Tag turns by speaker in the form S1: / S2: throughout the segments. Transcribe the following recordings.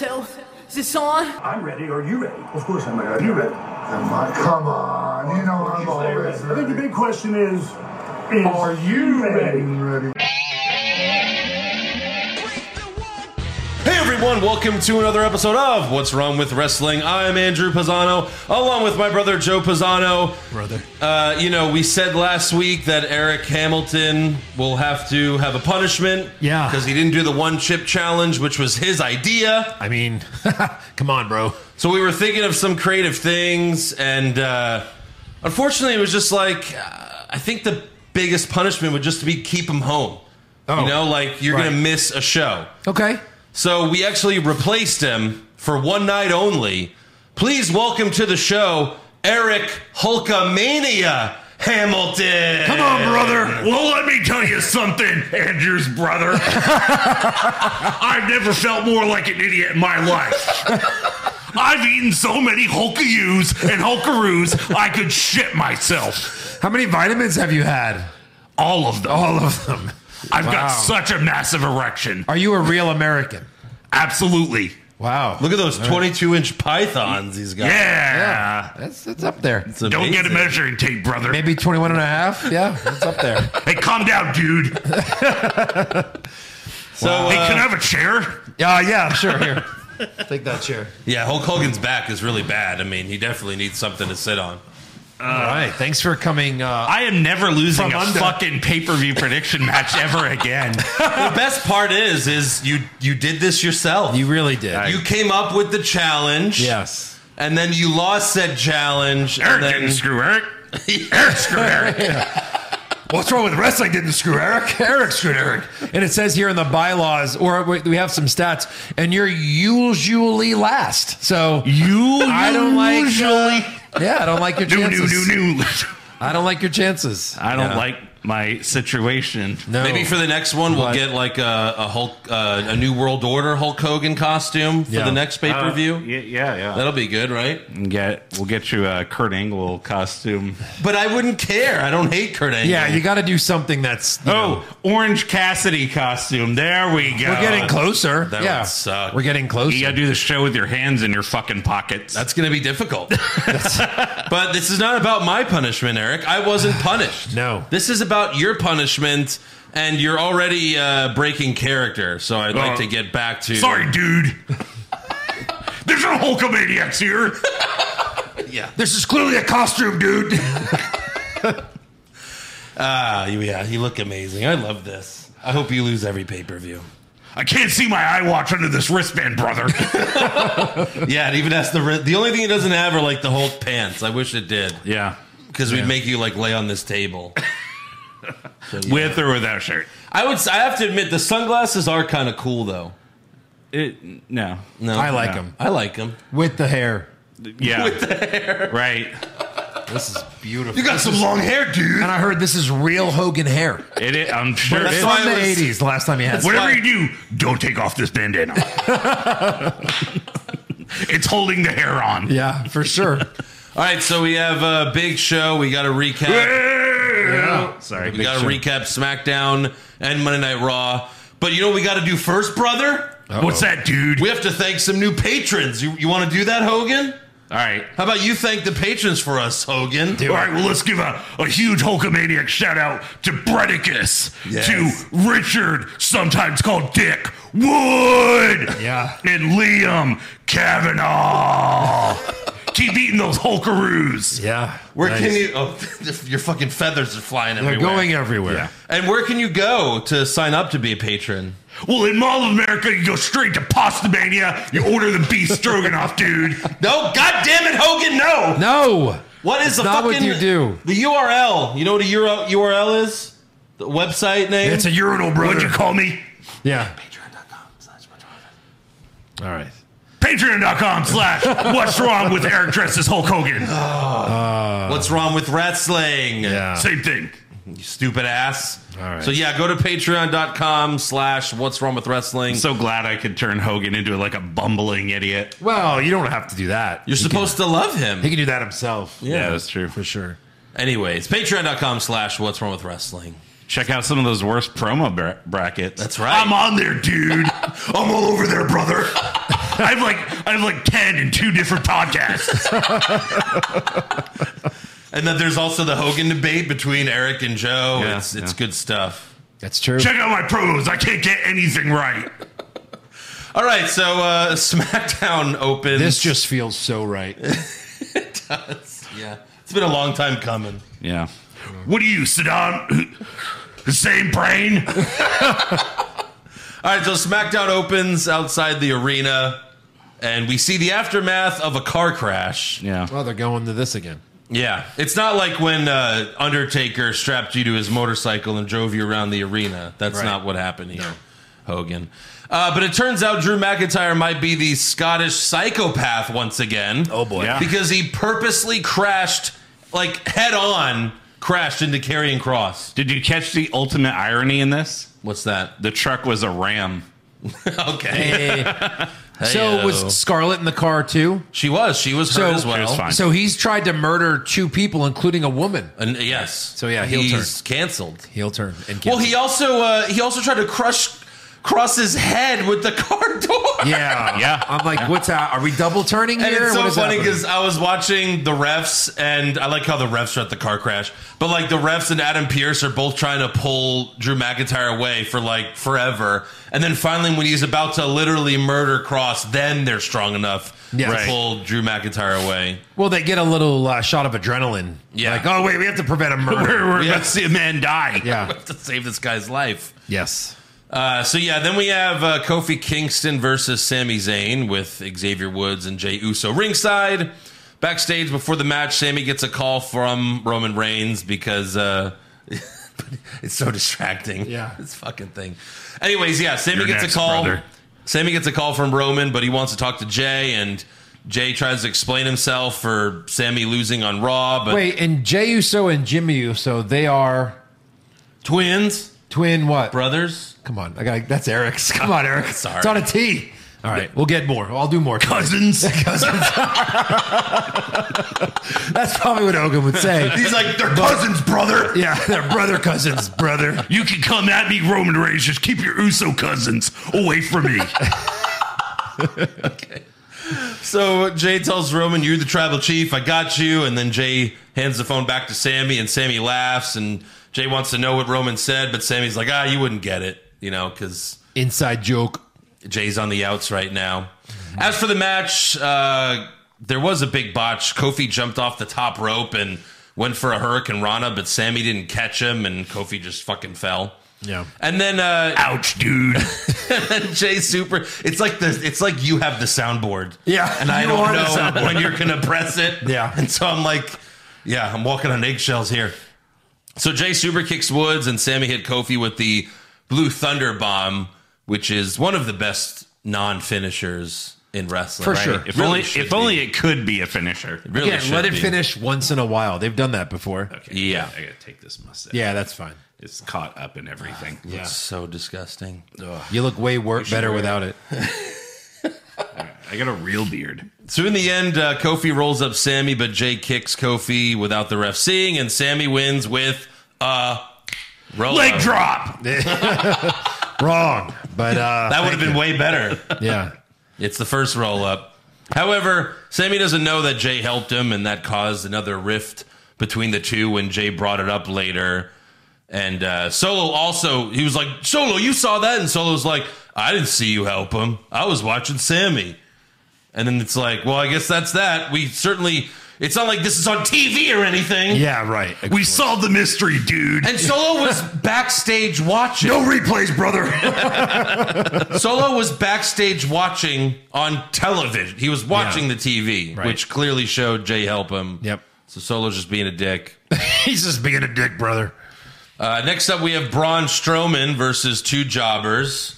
S1: Oh, this on?
S2: I'm ready. Are you ready? Of course I'm ready. Are you ready?
S3: Am I- Come on, you know I'm
S2: I think
S3: always
S2: the
S3: ready.
S2: big question is, is
S3: Are you ready? Ready.
S4: Hey everyone, welcome to another episode of What's Wrong with Wrestling. I'm Andrew Pisano, along with my brother Joe Pisano.
S5: brother.
S4: Uh, you know, we said last week that Eric Hamilton will have to have a punishment.
S5: Yeah.
S4: Because he didn't do the one chip challenge, which was his idea.
S5: I mean, come on, bro.
S4: So we were thinking of some creative things, and uh, unfortunately, it was just like, uh, I think the biggest punishment would just be keep him home.
S5: Oh.
S4: you know, like you're
S5: Right.
S4: going to miss a show.
S5: Okay.
S4: So we actually replaced him for one night only. Please welcome to the show Eric Hulkamania Hamilton.
S5: Come on, brother.
S6: Well, let me tell you something, Andrew's brother. I've never felt more like an idiot in my life. I've eaten so many Hulkaroos and Hulkaroos, I could shit myself.
S5: How many vitamins have you had?
S6: All of them.
S5: All of them.
S6: I've
S5: Oh, Wow.
S6: got such a massive erection.
S5: Are you a real American?
S6: Absolutely.
S5: Wow.
S4: Look at those 22 inch pythons he's got.
S6: Yeah.
S5: That's, that's up there.
S4: It's amazing.
S6: Don't get a measuring tape, brother.
S5: Maybe 21 and a half? Yeah, that's up there.
S6: Hey, calm down, dude. hey,
S4: So, uh,
S6: can I have a chair?
S5: Yeah, yeah, sure. Here. Take that chair.
S4: yeah, Hulk Hogan's back is really bad. I mean, he definitely needs something to sit on.
S5: All right. Thanks for coming. Uh,
S6: I am never losing
S5: From
S6: a
S5: under.
S6: fucking pay per view prediction match ever again.
S4: the best part is, is you you did this yourself.
S5: you really did.
S4: You came up with the challenge.
S5: yes.
S4: And then you lost said challenge.
S6: Eric
S4: and then,
S6: didn't screw Eric. Eric screwed Eric.
S5: What's wrong with wrestling? Didn't screw Eric. Eric screwed Eric. And it says here in the bylaws, or we we have some stats, and you're usually last. So
S6: You
S5: I don't like. uh, yeah, I don't like your
S6: new,
S5: chances.
S6: new, new, new.
S5: I don't like your chances.
S6: I don't like my situation.
S5: No.
S4: Maybe for the next one, we'll
S5: But-
S4: get like a, a Hulk, uh, a New World Order Hulk Hogan costume for
S5: Yeah.
S4: the next pay per view.
S6: Oh, yeah, yeah, yeah.
S4: That'll be good, right?
S6: And Get we'll get you a Kurt Angle costume.
S4: But I wouldn't care. I don't hate Kurt Angle.
S5: yeah, you got to do something that's. you know,
S6: Oh, Orange Cassidy costume. There we go.
S5: we're getting closer.
S4: that
S5: yeah,
S4: would suck.
S5: we're getting closer.
S6: You gotta do the show with your hands in your fucking pockets.
S4: That's going to be difficult. but this is not about my punishment, Eric. I wasn't punished.
S5: No.
S4: This is about your punishment, and you're already uh, breaking character. So I'd like
S6: Uh,
S4: to get back to.
S6: Sorry, dude. There's no Hulkamaniacs here.
S5: This is clearly a costume, dude.
S4: Ah, you- yeah, you look amazing. I love this. I hope you lose every pay per view.
S6: I can't see my eye watch under this wristband, brother.
S4: Yeah, it even has the ri- the only thing it doesn't have are like the Hulk pants. I wish it did.
S6: yeah.
S4: because we'd make you like lay on this table.
S6: With or without a shirt.
S4: I would. s- I have to admit, the sunglasses are kind of cool, though.
S6: It no.
S4: No,
S5: I like him
S4: I like them.
S5: with the hair.
S6: Yeah. Right.
S5: This is beautiful.
S4: You got some long hair, dude.
S5: and I heard this is real Hogan hair.
S6: It is, I'm sure it
S4: That's
S6: is.
S4: why
S5: From the
S4: it was-
S5: '80s, last time he had. it.
S6: Whatever
S4: why-
S6: you do, don't take off this bandana. it's holding the hair on.
S5: Yeah, for sure.
S4: All right, so we have a big show. We got to recap.
S5: Yeah.
S6: Sorry.
S4: we
S6: big
S4: got to
S6: show.
S4: recap SmackDown and Monday Night Raw. But you know what we got to do first, brother?
S6: What's that, dude?
S4: We have to thank some new patrons. You, you want to do that, Hogan?
S6: All right.
S4: How about you thank the patrons for us, Hogan?
S6: All right, well, let's give a, a huge Hulkamaniac shout out to Bredicus, to Richard, sometimes called Dick Wood,
S5: Yeah.
S6: and Liam Kavanaugh. Keep eating those Hulkaroos.
S5: Yeah.
S4: Where
S5: Nice.
S4: can you? Oh, your fucking feathers are flying
S5: They're
S4: everywhere.
S5: going everywhere.
S4: And where can you go to sign up to be a patron?
S6: Well, in Mall of America, you go straight to Pasta Mania. You order the beef stroganoff, dude.
S4: No, God damn it, Hogan, no.
S5: No.
S4: What is the
S5: not what
S4: fucking
S5: you do.
S4: The URL. You know what a URL URL is? The website name.
S5: It's a urinal, brother.
S6: What'd you call me?
S5: Yeah. All right.
S6: Patreon.com slash what's wrong with Eric Dresses Hulk Hogan.
S4: What's wrong with wrestling?
S5: Yeah.
S6: Same thing.
S4: You stupid ass.
S5: All right.
S4: So yeah, go to patreon.com slash what's wrong with wrestling.
S6: so glad I could turn Hogan into like a bumbling idiot.
S5: Well, you don't have to do that.
S4: You're
S5: He
S4: supposed to love
S5: Can,
S4: him.
S5: he can do that himself.
S4: Yeah.
S6: that's true.
S5: for sure.
S4: Anyways, patreon.com slash what's wrong with wrestling.
S6: Check out some of those worst promo bra- brackets.
S4: That's right.
S6: I'm on there, dude. I'm all over there, brother.
S7: I have like I have like ten in two different podcasts.
S4: And then there's also the Hogan debate between Eric and Joe.
S7: Yeah,
S4: it's it's
S7: yeah.
S4: good stuff.
S5: That's true.
S7: Check out my promos. I can't get anything right.
S4: All right, so uh, SmackDown opens.
S5: This just feels so right.
S4: yeah, it's been a long time coming.
S7: Yeah. What are you, Saddam? The same brain?
S4: All right, so SmackDown opens outside the arena, and we see the aftermath of a car crash.
S7: Yeah.
S5: Well, they're going to this again.
S4: Yeah, it's not like when uh, Undertaker strapped you to his motorcycle and drove you around the arena. That's
S5: Right.
S4: not what happened here, Hogan. Uh, but it turns out Drew McIntyre might be the Scottish psychopath once again.
S5: Oh, boy. Yeah.
S4: Because he purposely crashed, like head on, crashed into Carrying Cross.
S6: Did you catch the ultimate irony in this?
S4: What's that?
S6: The truck was a ram.
S4: okay.
S5: So
S4: Heyo.
S5: was Scarlet in the car too?
S4: she was. She was
S5: So
S4: hurt as well.
S6: She was fine.
S5: So he's tried to murder two people, including a woman.
S4: And, yes.
S5: So, yeah, heel
S4: he's canceled.
S5: Heel turn. And
S4: Well, he also uh, he also tried to crush Cross's head with the car door.
S5: Yeah,
S6: Yeah.
S5: I'm like, what's that? Are we double turning
S4: And
S5: here?
S4: it's so
S5: What is
S4: funny
S5: happening?
S4: because I was watching the refs, and I like how the refs are at the car crash, but like the refs and Adam Pierce are both trying to pull Drew McIntyre away for like forever, and then finally when he's about to literally murder Cross, then they're strong enough
S5: Yes.
S4: to
S5: Right.
S4: pull Drew McIntyre away.
S5: well, they get a little uh, shot of adrenaline.
S4: Yeah.
S5: Like, oh wait, we have to prevent a murder.
S6: We're, we're
S4: Yeah.
S6: about to see a man die.
S5: yeah.
S4: to save this guy's life.
S5: Yes.
S4: Uh, so yeah, then we have uh, Kofi Kingston versus Sami Zayn with Xavier Woods and Jay Uso ringside. Backstage before the match, Sammy gets a call from Roman Reigns because uh, it's so distracting.
S5: Yeah.
S4: this fucking thing. Anyways, yeah, Sammy
S6: You're
S4: gets
S6: next,
S4: a call.
S6: brother.
S4: Sammy gets a call from Roman, but he wants to talk to Jay, and Jay tries to explain himself for Sammy losing on Raw. But
S5: Wait, and Jey Uso and Jimmy Uso, they are
S4: twins,
S5: twin what?
S4: brothers.
S5: Come on, I got that's Eric's. Come on, Eric.
S4: Sorry.
S5: It's on a T. All right, we'll get more. I'll do more. tonight.
S7: Cousins?
S5: That's probably what Hogan would say.
S7: He's like, they're cousins, brother.
S5: yeah, they're brother cousins, brother.
S7: You can come at me, Roman Reigns. Just keep your Uso cousins away from me.
S4: So Jay tells Roman, "You're the tribal chief. I got you." And then Jay hands the phone back to Sammy, and Sammy laughs. And Jay wants to know what Roman said, but Sammy's like, "Ah, you wouldn't get it, you know, because
S5: Inside joke.
S4: Jay's on the outs right now." As for the match, uh, there was a big botch. Kofi jumped off the top rope and went for a Hurricane Rana, but Sammy didn't catch him, and Kofi just fucking fell.
S5: Yeah.
S4: And then uh,
S7: Ouch, dude.
S4: Jay Super, it's like the it's like you have the soundboard.
S5: Yeah,
S4: and I
S5: you
S4: don't
S5: are the
S4: know
S5: soundboard.
S4: when you're gonna press it.
S5: Yeah.
S4: and so I'm like, yeah, I'm walking on eggshells here. So Jay Super kicks Woods, and Sammy hit Kofi with the Blue Thunder Bomb, which is one of the best non finishers in wrestling.
S5: For
S4: right?
S5: sure.
S6: If
S4: Really
S6: only
S4: should
S6: if only
S4: be.
S6: it could be a finisher.
S4: really
S5: Again,
S4: should
S5: let it
S4: be.
S5: finish once in a while. They've done that before.
S6: Okay,
S4: Yeah.
S6: I gotta take this mustache.
S5: Yeah, that's fine.
S6: It's caught up in everything.
S5: Yeah.
S4: So disgusting.
S5: You look way wor- better without it.
S6: I got a real beard.
S4: So in the end, uh, Kofi rolls up Sammy, but Jay kicks Kofi without the ref seeing, and Sammy wins with a roll
S7: Leg
S4: up.
S7: drop.
S5: Wrong. But uh
S4: That would have been way better.
S5: yeah.
S4: It's the first roll up. However, Sammy doesn't know that Jay helped him, and that caused another rift between the two when Jay brought it up later. And uh, Solo also, he was like, Solo, you saw that? And Solo's like, I didn't see you help him. I was watching Sammy. And then it's like, well, I guess that's that. We certainly, it's not like this is on TV or anything.
S5: Yeah, right.
S7: We solved the mystery, dude.
S4: And Solo was backstage watching.
S7: No replays, brother.
S4: Solo was backstage watching on television. He was watching the TV,
S5: Right.
S4: which clearly showed Jay help him.
S5: Yep.
S4: So Solo's just being a dick.
S5: He's just being a dick, brother.
S4: Uh, next up, we have Braun Strowman versus two jobbers.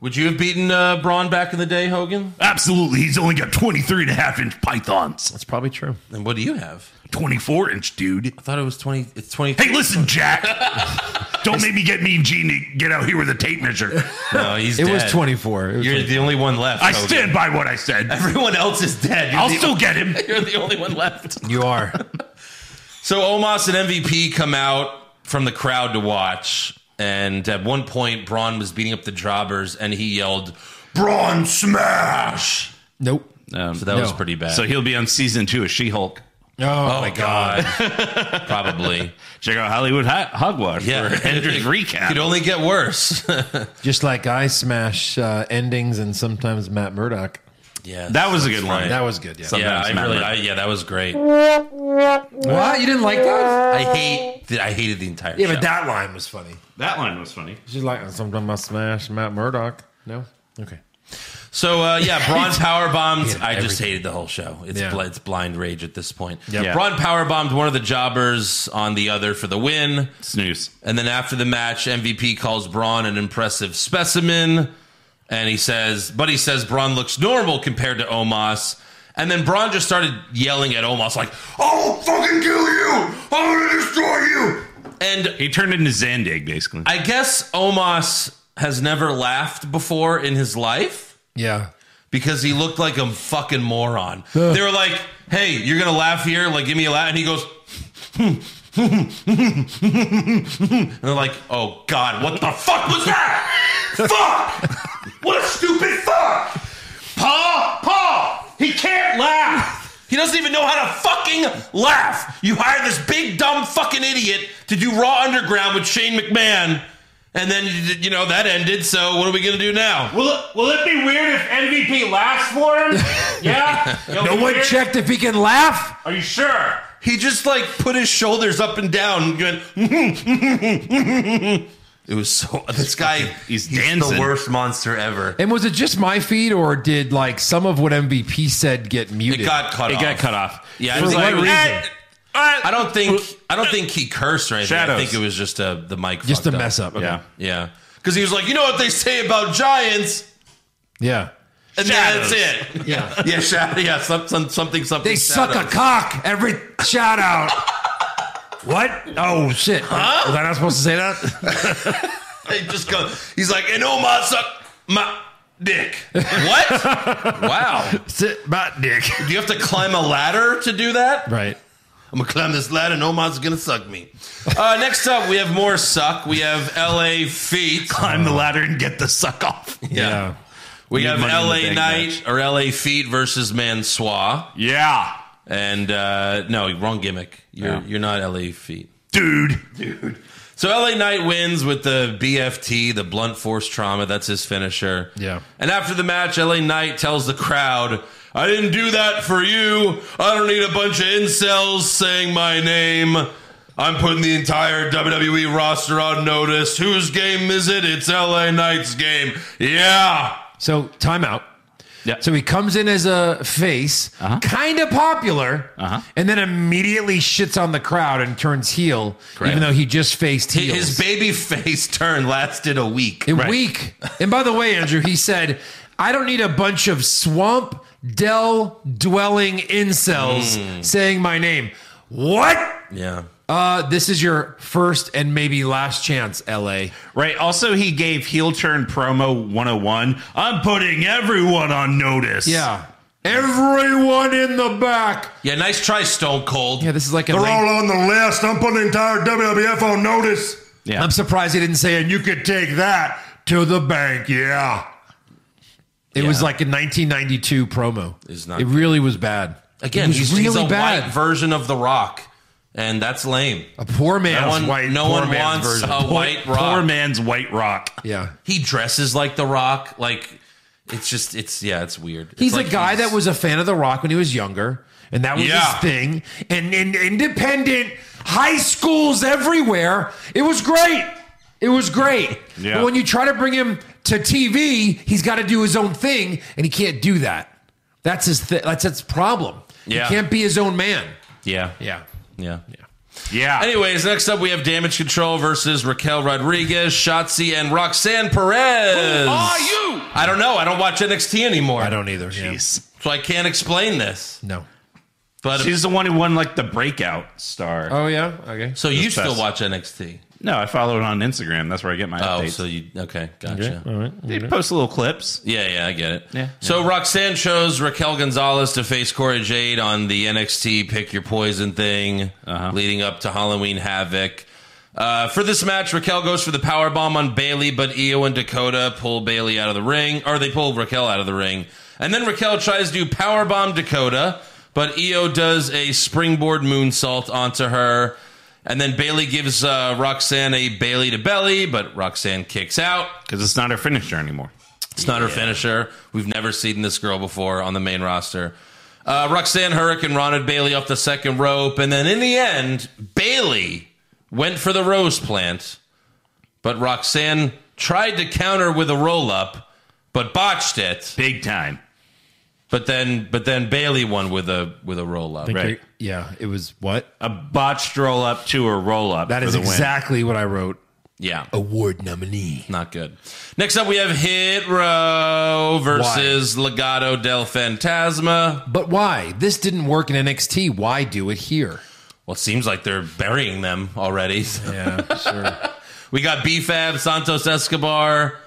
S4: Would you have beaten uh, Braun back in the day, Hogan?
S7: Absolutely. He's only got 23 and a half inch pythons.
S5: That's probably true.
S4: And what do you have?
S7: 24 inch, dude.
S4: I thought it was twenty. It's twenty.
S7: Hey, listen, Jack. Don't make me get mean Gene to get out here with a tape measure.
S4: no, he's
S5: It was
S4: dead.
S5: 24. It was
S4: You're the only one left.
S7: I
S4: Hogan.
S7: stand by what I said.
S4: Everyone else is dead. You're
S7: I'll
S4: the-
S7: still get him.
S4: You're the only one left.
S5: 20. You are.
S4: So Omos and MVP come out from the crowd to watch, and at one point Braun was beating up the jobbers, and he yelled,
S7: Braun smash.
S4: "Shh!"
S5: Nope.
S6: Um,
S4: So that was
S5: No.
S4: pretty bad.
S6: so he'll be on season two of She Hulk.
S5: Oh,
S4: oh my god, probably.
S6: Check out Hollywood Ho- Hogwash
S4: Yeah,
S6: for Andrew's recap.
S4: Could only get worse.
S5: Just like I smash uh, endings and sometimes Matt Murdock.
S4: yeah,
S6: that was a good line.
S5: That was good. Yeah.
S4: yeah.
S6: Sometimes
S4: I
S6: Matt
S4: really, I,
S6: Murdock.
S4: yeah, that was great.
S5: What? You didn't like that?
S4: I hate, I hated the entire.
S5: Yeah,
S4: show.
S5: but that line was funny.
S6: that line was funny.
S5: She's like, "Oh, sometimes I smash Matt Murdock. No? Okay.
S4: So uh, yeah, Braun power bombed.
S5: Yeah,
S4: I just
S5: everything.
S4: hated the whole show. It's
S5: Yeah.
S4: bl- it's blind rage at this point.
S5: Yep.
S6: Yeah.
S4: Braun power bombed one of the jobbers on the other for the win,
S6: Snooze.
S4: and then after the match, MVP calls Braun an impressive specimen, and he says, but he says Braun looks normal compared to Omos. And then Braun just started yelling at Omos like, "Oh,"
S7: I'll fucking kill you! I'm gonna destroy you!
S4: and
S6: He turned into Zandig, basically.
S4: I guess Omos has never laughed before in his life.
S5: Yeah.
S4: because he looked like a fucking moron. They were like, "Hey, you're gonna laugh here? Like, give me a laugh." And he goes, and they're like, "Oh God, what the fuck was that? fuck! What a stupid fuck! Paul, Paul, he can't laugh." He doesn't even know how to fucking laugh. You hire this big dumb fucking idiot to do Raw Underground with Shane McMahon, and then you- you know that ended. So what are we gonna do now?
S7: Will it, will it be weird if MVP laughs for him? Yeah?
S5: No one checked if he can laugh.
S7: Are you sure?
S4: He just like put his shoulders up and down and went. it was so. This guy,
S6: he's dancing.
S4: the worst monster ever.
S5: And was it just my feed, or did like some of what MVP said get
S4: It
S5: muted?
S4: got cut
S6: it
S4: off.
S6: got cut off.
S4: Yeah,
S6: it
S4: I
S6: was
S4: think
S6: like,
S4: it was-
S6: eh, eh.
S4: I don't think. I don't think he cursed or anything. I
S6: Shadows.
S4: think it was just a the mic.
S5: just a
S4: fucked
S5: mess up. Okay.
S6: Yeah.
S4: Yeah, because he was like, you know what they say about giants,
S5: Yeah.
S4: and
S6: Shadows.
S4: that's it.
S5: Yeah.
S4: yeah, shadow. Yeah, some, some, something, something.
S5: They suck a
S4: shadows.
S5: cock every shout out. what? Oh shit! Was I not supposed to say that?
S4: They just go. He's like, and oh my suck my dick. What? wow.
S5: Sit my dick.
S4: Do you have to climb a ladder to do that?
S5: Right.
S4: I'm gonna climb this ladder, and Omar's gonna suck me. Uh, next up, we have more suck. We have L.A. Feet.
S6: climb the ladder and get the suck off.
S5: Yeah.
S4: We have
S6: money in the bank
S4: L.A. Knight or L.A. Feet versus Mansois.
S6: Yeah.
S4: And uh, no, wrong gimmick. You're
S6: Yeah.
S4: you're not L.A. Feet.
S6: Dude. Dude.
S4: So L.A. Knight wins with the BFT, the blunt force trauma. That's his finisher.
S5: Yeah.
S4: And after the match, L.A. Knight tells the crowd, "I didn't do that for you. I don't need a bunch of incels saying my name." I'm putting the entire WWE roster on notice. Whose game is it? It's LA Knight's game. Yeah.
S5: So timeout.
S6: Yeah.
S5: So he comes in as a face, kind of popular,
S6: Uh-huh.
S5: and then immediately shits on the crowd and turns heel, even though he just faced heels.
S4: His baby face turn lasted a week.
S5: A week. And by the way, Andrew, he said, I don't need a bunch of swamp dell dwelling incels
S4: Hmm.
S5: saying my name. What?
S4: Yeah.
S5: Uh, this is your first and maybe last chance, LA.
S6: Right. Also, he gave heel turn promo 101. I'm putting everyone on notice.
S5: Yeah. Everyone in the back.
S4: Yeah, nice try, Stone Cold.
S5: Yeah, this is like a.
S8: They're all on the list. I'm putting the entire WWF on notice.
S6: Yeah.
S5: I'm surprised he didn't say, and you could take that to the bank.
S8: Yeah.
S5: It was
S4: Yeah.
S5: like a 1992 promo.
S4: It's not
S5: it
S4: good.
S5: really was bad.
S4: Again,
S5: it was
S4: he's,
S5: really
S4: he's a
S5: bad.
S4: white version of The Rock, and that's lame.
S5: a poor man's
S4: No one,
S5: white.
S4: no
S5: poor
S4: one
S5: man's
S4: wants
S5: version.
S4: a white Rock.
S6: Poor man's white rock.
S5: Yeah.
S4: He dresses like The Rock. Like it's just it's yeah, it's weird. It's
S5: He's
S4: like
S5: a guy
S4: he's-
S5: that was a fan of The Rock when he was younger, and that was
S4: Yeah.
S5: his thing. And in independent high schools everywhere, it was great. It was great.
S6: Yeah.
S5: But when you try to bring him to TV, he's got to do his own thing, and he can't do that. That's his. Th- that's his problem.
S4: Yeah.
S5: He can't be his own man.
S4: yeah
S5: Yeah.
S4: yeah.
S6: Yeah.
S4: Anyways, next up we have Damage Control versus Raquel Rodriguez, Shotzi, and Roxanne Perez. Who
S6: are you?
S4: I don't know. I don't watch NXT anymore,
S5: I don't either. Yeah.
S6: Jeez.
S4: so I can't explain this.
S5: No.
S4: But
S6: She's the one who won like the breakout star.
S5: Oh yeah. Okay.
S4: so you
S6: That's
S4: still
S6: fast.
S4: watch NXT?
S6: No, I follow it on Instagram. That's where I get my
S4: Oh,
S6: updates.
S4: so you okay? Gotcha.
S6: they post little clips.
S4: Yeah, yeah, I get it.
S6: Yeah.
S4: So Roxanne chose Raquel Gonzalez to face Cora Jade on the NXT Pick Your Poison thing, leading up to Halloween Havoc. Uh, for this match, Raquel goes for the power bomb on Bailey, but Io and Dakota pull Bailey out of the ring, or they pull Raquel out of the ring. And then Raquel tries to powerbomb Dakota, but Io does a springboard moonsault onto her. And then Bailey gives uh, Roxanne a Bailey to belly, but Roxanne kicks out.
S6: because it's not her finisher anymore.
S4: It's not her finisher. We've never seen this girl before on the main roster. Uh, Roxanne Hurricane rounded Bailey off the second rope, and then in the end, Bailey went for the rose plant, but Roxanne tried to counter with a roll up, but botched it.
S6: Big time.
S4: But then, but then Bailey won with a with a roll up.
S6: Right.
S5: Yeah, it was what?
S6: A botched roll up to a roll up.
S5: That is
S6: for the win.
S5: exactly what I wrote.
S4: Yeah,
S5: Award nominee.
S4: not good. Next up, we have Hit Row versus Legado del Fantasma.
S5: But why? This didn't work in NXT. Why do it here?
S4: Well, it seems like they're burying them already.
S5: Yeah, sure.
S4: We got BFAB, Santos Escobar uh,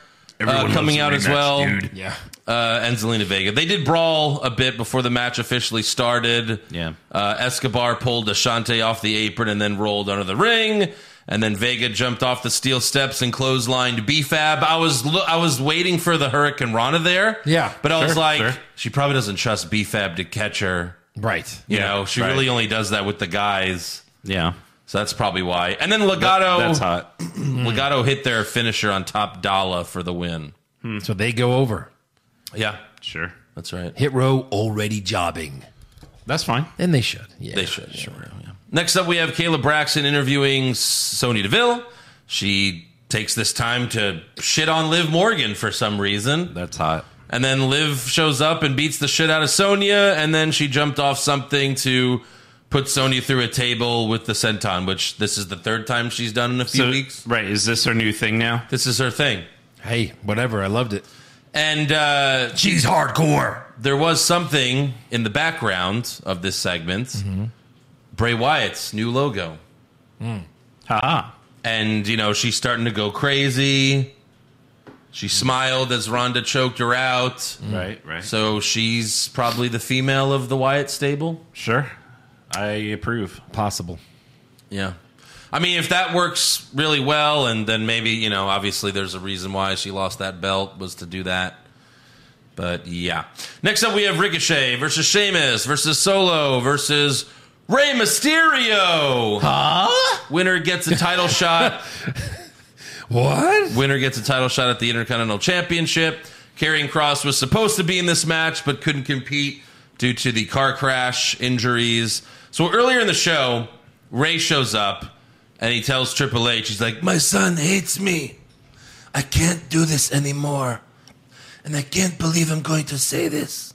S7: Everyone
S4: coming
S7: loves a
S4: out as
S7: rematch,
S4: well,
S7: dude.
S5: yeah.
S4: uh, and Zelina Vega. They did brawl a bit before the match officially started.
S6: Yeah.
S4: Uh, Escobar pulled Ashante off the apron and then rolled under the ring. And then Vega jumped off the steel steps and clotheslined BFAB. I was lo- I was waiting for the Hurricane Rana there.
S5: Yeah,
S4: But I was
S6: sure,
S4: like,
S6: sure.
S4: she probably doesn't trust BFAB to catch her.
S5: Right.
S4: You know, she
S6: right.
S4: really only does that with the guys.
S6: Yeah.
S4: So that's probably why. And then Legato.
S6: That's hot.
S4: Legato hit their finisher on top Dala for the win.
S5: So they go over.
S4: Yeah,
S6: Sure.
S4: that's right.
S5: Hit row already jobbing.
S6: That's fine.
S5: And they should. Yeah.
S4: They should. Sure. yeah. Next up, we have Kayla Braxton interviewing Sony Deville. She takes this time to shit on Liv Morgan for some reason.
S6: That's hot.
S4: And then Liv shows up and beats the shit out of Sonya. And then she jumped off something to put Sonya through a table with the senton, which this is the third time she's done in a few
S6: So,
S4: weeks.
S6: right. Is this her new thing now?
S4: This is her thing.
S5: Hey, whatever. I loved it.
S4: And uh,
S8: She's hardcore.
S4: there was something in the background of this segment Bray Wyatt's new logo.
S6: Ha.
S4: And, you know, she's starting to go crazy. She smiled as Rhonda choked her out.
S5: Mm.
S6: Right. Right.
S4: So she's probably the female of the Wyatt stable.
S6: sure. I approve.
S5: Possible.
S4: Yeah. I mean, if that works really well, and then maybe, you know, obviously there's a reason why she lost that belt was to do that. But yeah. Next up, we have Ricochet versus Sheamus versus Solo versus Rey Mysterio. Huh? Winner gets a title shot.
S5: What?
S4: Winner gets a title shot at the Intercontinental Championship. Karrion Cross was supposed to be in this match, but couldn't compete due to the car crash injuries. So earlier in the show, Ray shows up and he tells Triple H, he's like, My son hates me. I can't do this anymore. And I can't believe I'm going to say this.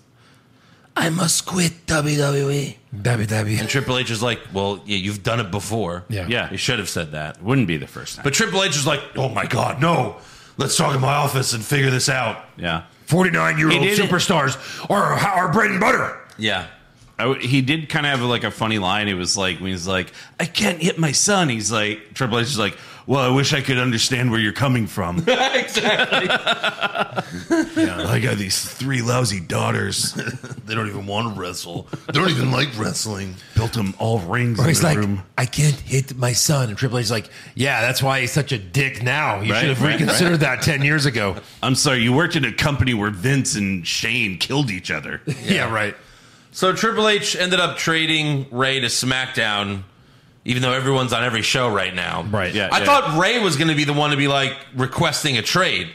S4: I must quit E. WWE.
S5: WWE.
S4: And Triple H is like, Well, yeah, you've done it before.
S5: E. Yeah.
S6: Yeah.
S4: You should have said that.
S6: Wouldn't be the first time.
S4: But Triple H is like,
S7: Oh my God, no. Let's talk in my office and figure this out.
S6: yeah.
S8: 49 year old
S6: He did it.
S8: superstars are, are bread and butter.
S4: Yeah.
S6: I w he did kind of have like a funny line. It was like when he's like, "I can't hit my son." He's like, Triple H is like,
S7: Well, I wish I could understand where you're coming from.
S4: exactly.
S7: I got these three lousy daughters. they don't even want to wrestle. They don't even like wrestling. Built them all rings
S5: Or
S7: in
S5: he's
S7: the
S5: like,
S7: room.
S5: I can't hit my son. And Triple H's like, yeah, that's why he's such a dick now. You
S6: Right,
S5: should have
S6: right,
S5: reconsidered that 10 years ago.
S7: I'm sorry, you worked in a company where Vince and Shane killed each other.
S5: Yeah, right.
S4: So Triple H ended up trading Ray to SmackDown, even though everyone's on every show right now.
S5: Right.
S6: Yeah,
S4: I
S6: yeah.
S4: thought Ray was going to be the one to be like requesting a trade.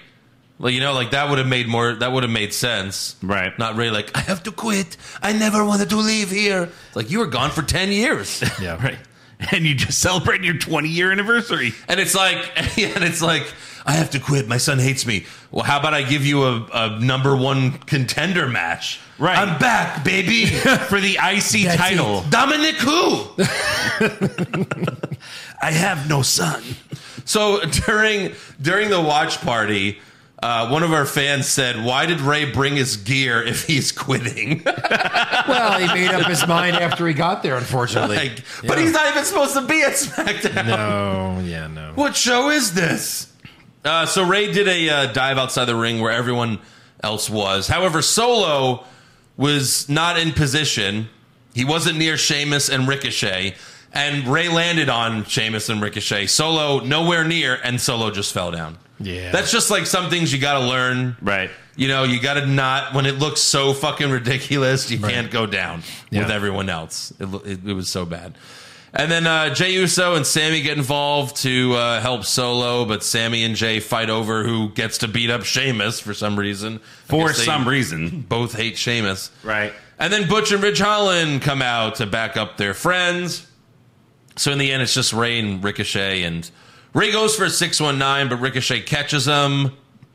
S4: Like you know, like that would have made more. That would have made sense.
S6: Right.
S4: Not Ray. Like I have to quit. I never wanted to leave here. It's like you were gone for ten years,
S5: Yeah.
S6: "Right," and you just celebrate your 20 year anniversary.
S4: and it's like, and it's like I have to quit. My son hates me. Well, how about I give you a, a number one contender match?
S6: Right.
S4: I'm back, baby.
S6: for the IC
S5: That's
S6: title.
S4: Dominic who?
S7: I have no son.
S4: So during during the watch party, uh, one of our fans said, "Why did Ray bring his gear if he's quitting?"
S5: Well, he made up his mind after he got there, unfortunately.
S4: like, but he's not even supposed to be at SmackDown.
S5: No, yeah, no.
S4: What show is this? Uh, so Ray did a uh, dive outside the ring where everyone else was. However, Solo was not in position. He wasn't near Sheamus and Ricochet. And Ray landed on Sheamus and Ricochet. Solo nowhere near, and Solo just fell down.
S5: Yeah.
S4: That's just like some things you got to learn.
S6: Right.
S4: You know, you got to not, when it looks so fucking ridiculous, you can't go down with
S5: Yeah.
S4: everyone else. It, lo- it, it was so bad. And then uh, Jey Uso and Sammy get involved to uh, help Solo, but Sammy and Jay fight over who gets to beat up Sheamus for some reason. I
S6: For
S4: guess they
S6: some reason.
S4: both hate Sheamus.
S6: Right.
S4: And then Butch and Ridge Holland come out to back up their friends. So in the end, it's just Ray and Ricochet, and Ray goes for a six one nine, but Ricochet catches him.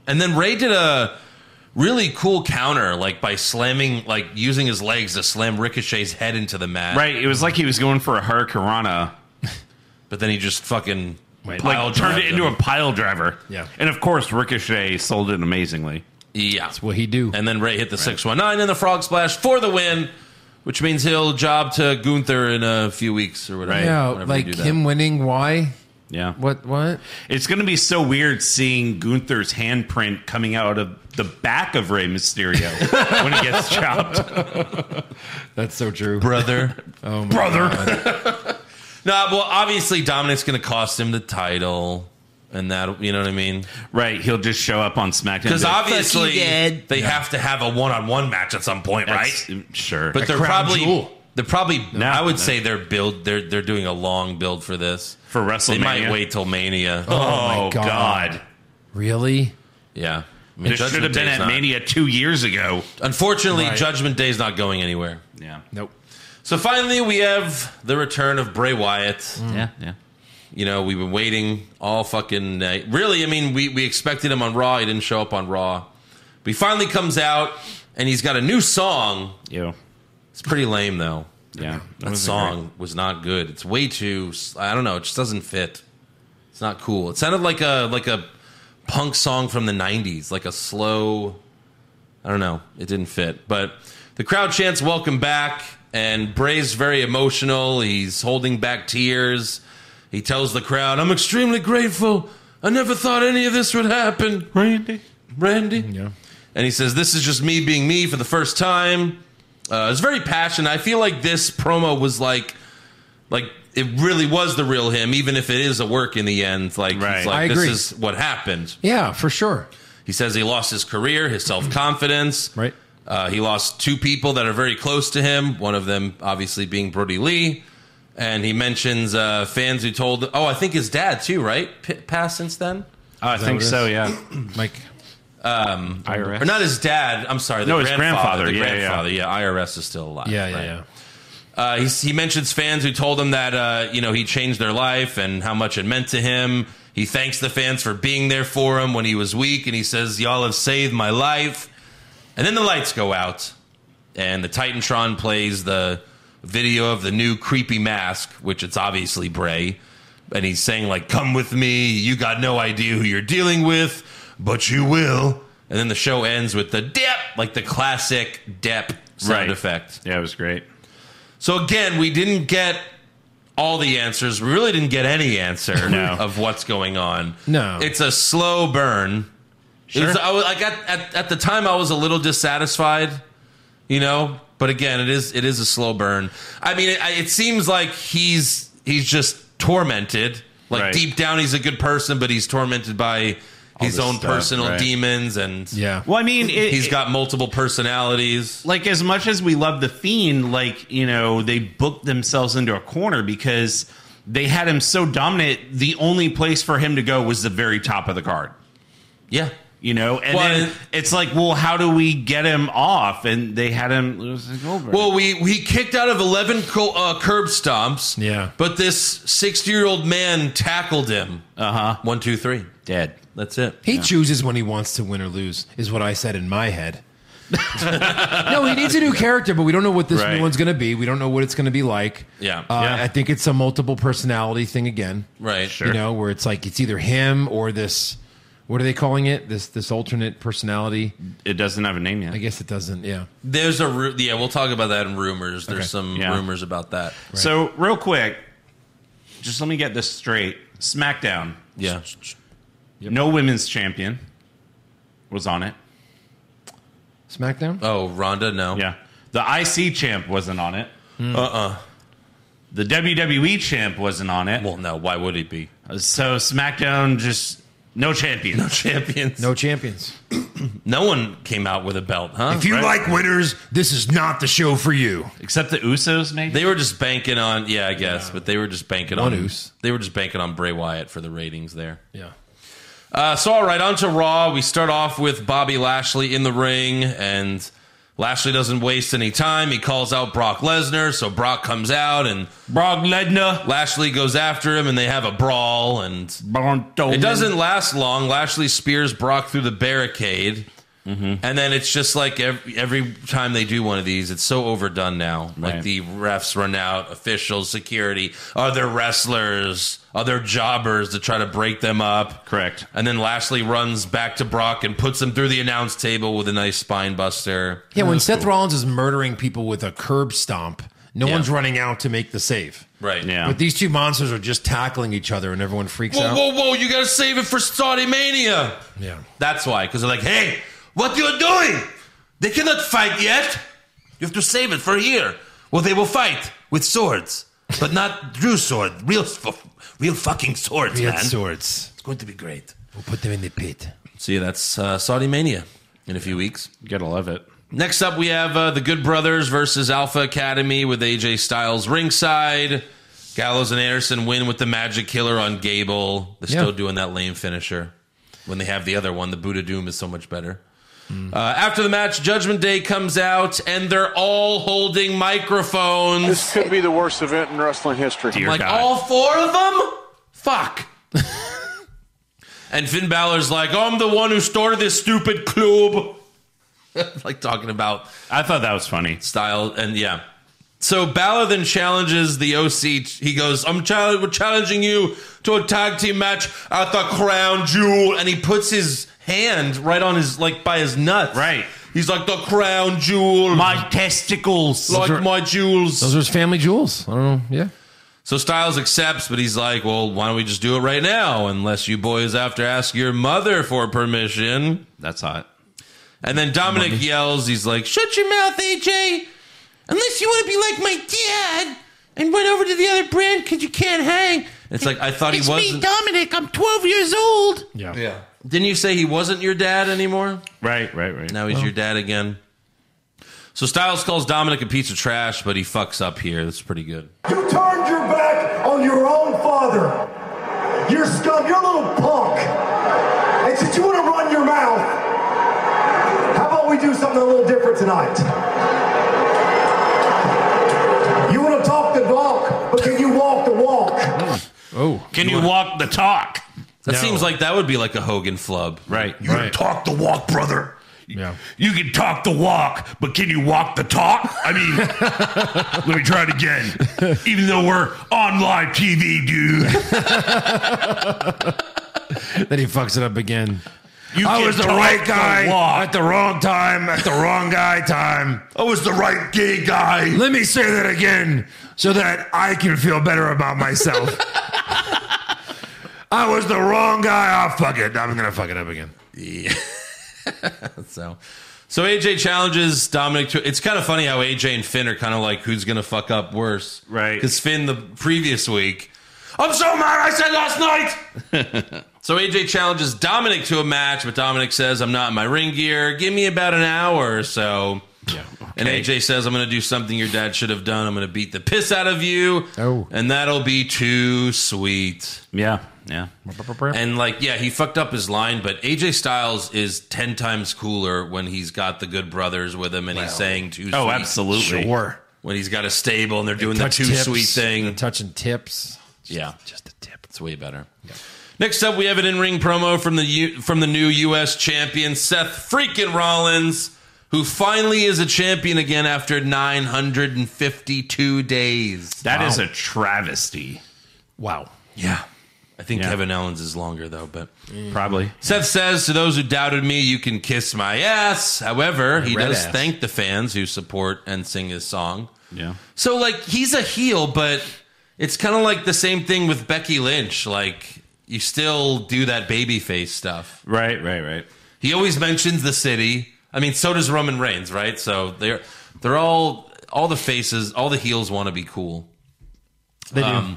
S4: And then Ray did a really cool counter, like by slamming, like using his legs to slam Ricochet's head into the mat.
S6: Right. It was like he was going for a hurricanrana.
S4: But then he just fucking
S5: Wait,
S6: Like
S4: pile
S6: turned
S4: drived
S6: it into
S4: him.
S6: a pile driver.
S5: Yeah.
S6: And of course, Ricochet sold it amazingly.
S4: yeah.
S5: What he do?
S4: And then Ray hit the 619 and the frog splash for the win, which means he'll job to Gunther in a few weeks or whatever.
S5: yeah,
S4: whenever they
S5: like
S4: do that.
S5: him winning. Why?
S6: Yeah.
S5: What? What?
S6: It's going to be so weird seeing Gunther's handprint coming out of the back of Rey Mysterio when he gets chopped.
S5: That's so true.
S4: Brother.
S5: Brother.
S4: no, well, obviously Dominic's going to cost him the title. And that, you know what I mean?
S6: Right. He'll just show up on SmackDown.
S4: Because
S6: and be like,
S4: obviously they have to have a one-on-one match at some point,
S6: "That's- Mm,
S4: right?
S6: Sure.
S4: But they're
S5: crown
S4: probably
S5: jewel.
S4: they're probably
S6: No,
S4: I would
S6: no.
S4: say they're build they're they're doing a long build for this
S6: For
S4: They might
S6: WrestleMania?
S4: wait till Mania.
S6: oh,
S5: God.
S6: God.
S5: really?
S4: yeah, I mean,
S6: This should have
S4: Judgment
S6: been
S4: Day's
S6: at
S4: not-
S6: Mania two years ago.
S4: Unfortunately,
S5: Right.
S4: Judgment Day's not going anywhere.
S6: Yeah.
S5: Nope.
S4: So finally, we have the return of Bray Wyatt.
S6: Yeah. Yeah.
S4: You know, we've been waiting all fucking night. Really, I mean, we, we expected him on Raw. He didn't show up on Raw. But he finally comes out, and he's got a new song.
S6: Ew.
S4: It's pretty lame, though.
S6: Yeah.
S4: That song was not good. It's way too. I don't know. It just doesn't fit. It's not cool. It sounded like a like a punk song from the '90s, like a slow. I don't know. It didn't fit. But the crowd chants "Welcome back," and Bray's very emotional. He's holding back tears. He tells the crowd, "I'm extremely grateful. I never thought any of this would happen."
S6: Randy.
S4: Randy.
S5: Yeah.
S4: And he says, This is just me being me for the first time. Uh, it's very passionate. I feel like this promo was like, like, it really was the real him, even if it is a work in the end. Like, he's
S6: Right.
S4: like,
S5: I
S4: this
S5: agree.
S4: is what happened.
S5: Yeah, for sure.
S4: He says he lost his career, his self confidence.
S5: Right.
S4: Uh, he lost two people that are very close to him, one of them obviously being Brody Lee. And he mentions uh, fans who told, oh, I think his dad too, right? P- passed since then?
S6: Oh, I think
S5: what it
S6: so.
S5: is?
S6: Yeah.
S5: Like,
S6: IRS.
S4: Or not his dad. I'm sorry. The
S6: No, his grandfather.
S4: The
S6: Yeah, yeah.
S4: grandfather. Yeah. IRS is still alive.
S5: yeah, yeah,
S4: right?
S5: yeah.
S4: Uh, he, he mentions fans who told him that uh, you know he changed their life and how much it meant to him. He thanks the fans for being there for him when he was weak, and he says, "Y'all have saved my life." And then the lights go out, and the Titantron plays the video of the new creepy mask, which it's obviously Bray, and he's saying like, "Come with me. You got no idea who you're dealing with, but you will." And then the show ends with the dep, like the classic dep sound
S6: Right.
S4: effect.
S6: Yeah, it was great.
S4: So again, we didn't get all the answers. We really didn't get any answer
S6: No.
S4: of what's going on.
S5: No.
S4: it's a slow burn. It was- I, was- I got at, at the time I was a little dissatisfied, you know. But again, it is it is a slow burn. I mean, it, it seems like he's he's just tormented. Like
S6: Right.
S4: deep down, he's a good person, but he's tormented by his
S6: this
S4: own
S6: stuff,
S4: personal
S6: right.
S4: demons, and
S5: Yeah.
S6: Well, I mean, it,
S4: he's
S6: it-
S4: got multiple personalities.
S6: like as much as we love the fiend like you know they booked themselves into a corner because they had him so dominant the only place for him to go was the very top of the card
S4: Yeah,
S6: you know and
S4: Well,
S6: then
S4: and-
S6: it's like well how do we get him off and they had him lose to Goldberg.
S4: Well, we he kicked out of eleven co- uh, curb stomps.
S5: Yeah.
S4: but this sixty-year-old man tackled him. Uh huh. One, two, three.
S6: dead
S4: That's it.
S5: He chooses when he wants to win or lose, is what I said in my head. no, he needs a new character, but we don't know what this
S6: Right.
S5: new one's going to be. We don't know what it's going to be like.
S4: Yeah.
S5: Uh,
S6: Yeah.
S5: I think it's a multiple personality thing again.
S4: Right.
S6: Sure.
S5: You know, where it's like it's either him or this. What are they calling it? This this alternate personality.
S6: it doesn't have a name yet
S5: I guess it doesn't. Yeah.
S4: There's a ru- yeah. We'll talk about that in rumors. There's
S5: Okay.
S4: some
S6: Yeah.
S4: rumors about that.
S6: so real quick just let me get this straight smackdown
S4: Yeah.
S6: no women's champion was on it
S5: SmackDown.
S4: Oh, Rhonda. No.
S5: Mm.
S6: yeah the ic champ wasn't on it
S4: Uh. uh
S6: The WWE champ wasn't on it.
S4: Well, no. Why would he be?
S6: So SmackDown just no champion.
S4: No champions.
S5: No champions.
S4: No one came out with a belt, huh?
S5: If you like winners, this is not the show for you.
S6: Except the Usos, maybe.
S4: They were just banking on, yeah, I guess, but they were just banking
S5: One
S4: on
S5: oos.
S4: They were just banking on Bray Wyatt for the ratings there.
S5: Yeah.
S4: Uh, so all right, on to Raw. We start off with Bobby Lashley in the ring, and Lashley doesn't waste any time. He calls out Brock Lesnar, so Brock comes out, and
S6: Brock Lesnar.
S4: Lashley goes after him, and they have a brawl, and it doesn't last long. Lashley spears Brock through the barricade.
S6: Mm-hmm.
S4: And then it's just like every, every time they do one of these, it's so overdone now. Like
S6: Right.
S4: the refs run out, officials, security, other wrestlers, other jobbers to try to break them up.
S6: Correct.
S4: And then Lashley runs back to Brock and puts him through the announce table with a nice spine buster.
S5: Yeah, when Seth Rollins is murdering people with a curb stomp, no
S4: Yeah.
S5: one's running out to make the save.
S4: Right.
S6: Yeah.
S5: But these two monsters are just tackling each other and everyone freaks
S4: Whoa,
S5: out.
S4: whoa, whoa, you gotta save it for Saudi Mania.
S5: Yeah.
S4: That's why, because they're like, hey, what you doing? They cannot fight yet. You have to save it for here. Well, they will fight with swords, but not true sword, real, f- real fucking swords,
S5: We had
S4: man.
S5: swords.
S4: It's going to be great.
S5: We'll put them in the pit.
S4: See, that's uh, Saudi Mania in a few weeks.
S6: Gotta love it.
S4: Next up, we have uh, the Good Brothers versus Alpha Academy with AJ Styles ringside. Gallows and Anderson win with the Magic Killer on Gable. They're still
S5: Yeah.
S4: doing that lame finisher when they have the other one. The Buddha Doom is so much better. Uh, after the match, Judgment Day comes out and they're all holding microphones.
S9: This could be the worst event in wrestling history.
S6: Dear
S4: Like
S6: God.
S4: all four of them? Fuck. and Finn Balor's like, I'm the one who started this stupid club. like talking about
S6: I thought that was funny.
S4: style and yeah so Balor then challenges the OC. He goes, "I'm chall- we're challenging you to a tag team match at the Crown Jewel," and he puts his hand right on his like by his nuts.
S6: Right.
S4: He's like the Crown Jewel,
S6: My testicles.
S4: like my jewels.
S5: Those are his family jewels. I don't know. Yeah.
S4: so Styles accepts, but he's like, "Well, why don't we just do it right now? Unless you boys have to ask your mother for permission."
S6: That's hot.
S4: And then Dominic yells, he's like, Shut your mouth, AJ! Unless you want to be like my dad and went over to the other brand because you can't hang. And It's like, I thought he wasn't.
S6: Dominic. I'm 12 years old.
S5: Yeah.
S4: Didn't you say he wasn't your dad anymore?
S6: Right, right, right.
S4: Now he's your dad again. So Styles calls Dominic a piece of trash, but he fucks up here. That's pretty good.
S3: You turned your back on your own father. You're scum. You're a little punk. And since you want to run your mouth, how about we do something a little different tonight? You want to talk the talk, but can you walk the walk?
S5: Oh.
S6: Can you walk the talk?
S4: That
S5: No.
S4: seems like that would be like a Hogan flub.
S6: Right.
S7: You can talk the walk, brother.
S5: Yeah.
S7: You can talk the walk, but can you walk the talk? I mean, let me try it again. Even though we're on live TV, dude,
S5: Then he fucks it up again.
S7: you
S5: I
S7: can
S5: was the
S7: talk
S5: right guy
S7: walk.
S5: at the wrong time at the wrong guy time.
S7: I was the right gay guy.
S5: Let me say that again so that I can feel better about myself. I was the wrong guy. Oh, fuck it. I'm going to fuck it up again.
S4: So, so AJ challenges Dominic to. It's kind of funny how AJ and Finn are kind of like who's gonna fuck up worse,
S6: Right.
S4: Because Finn the previous week, I'm so mad. I said last night. so AJ challenges Dominic to a match, but Dominic says I'm not in my ring gear. Give me about an hour or so. Yeah. And AJ says I'm gonna do something your dad should have done. I'm gonna beat the piss out of you.
S5: Oh.
S4: And that'll be too sweet.
S6: Yeah, yeah.
S4: And like, yeah, he fucked up his line, but AJ Styles is ten times cooler when he's got the Good Brothers with him and he's saying too sweet.
S6: Oh, absolutely.
S5: Sure.
S4: When he's got a stable and they're doing the
S5: Touch
S4: too
S5: tips,
S4: sweet thing.
S5: Touching tips.
S4: yeah,
S5: Just a tip.
S4: it's way better. Next up, we have an in-ring promo from the U- from the new U.S. champion Seth freaking Rollins, who finally is a champion again after 952 days.
S6: That is a travesty.
S5: Wow.
S4: Yeah, I think
S6: Yeah.
S4: Kevin Owens is longer though, but.
S6: Probably.
S4: Seth says to those who doubted me, you can kiss my ass. However, he
S5: Red
S4: does
S5: ass.
S4: thank the fans who support and sing his song.
S6: Yeah.
S4: So like he's a heel, but it's kind of like the same thing with Becky Lynch. Like you still do that babyface stuff.
S6: Right, right, right.
S4: He always mentions the city. I mean, so does Roman Reigns, right? So they're they're all all the faces, all the heels want to be cool. Um,
S5: They do.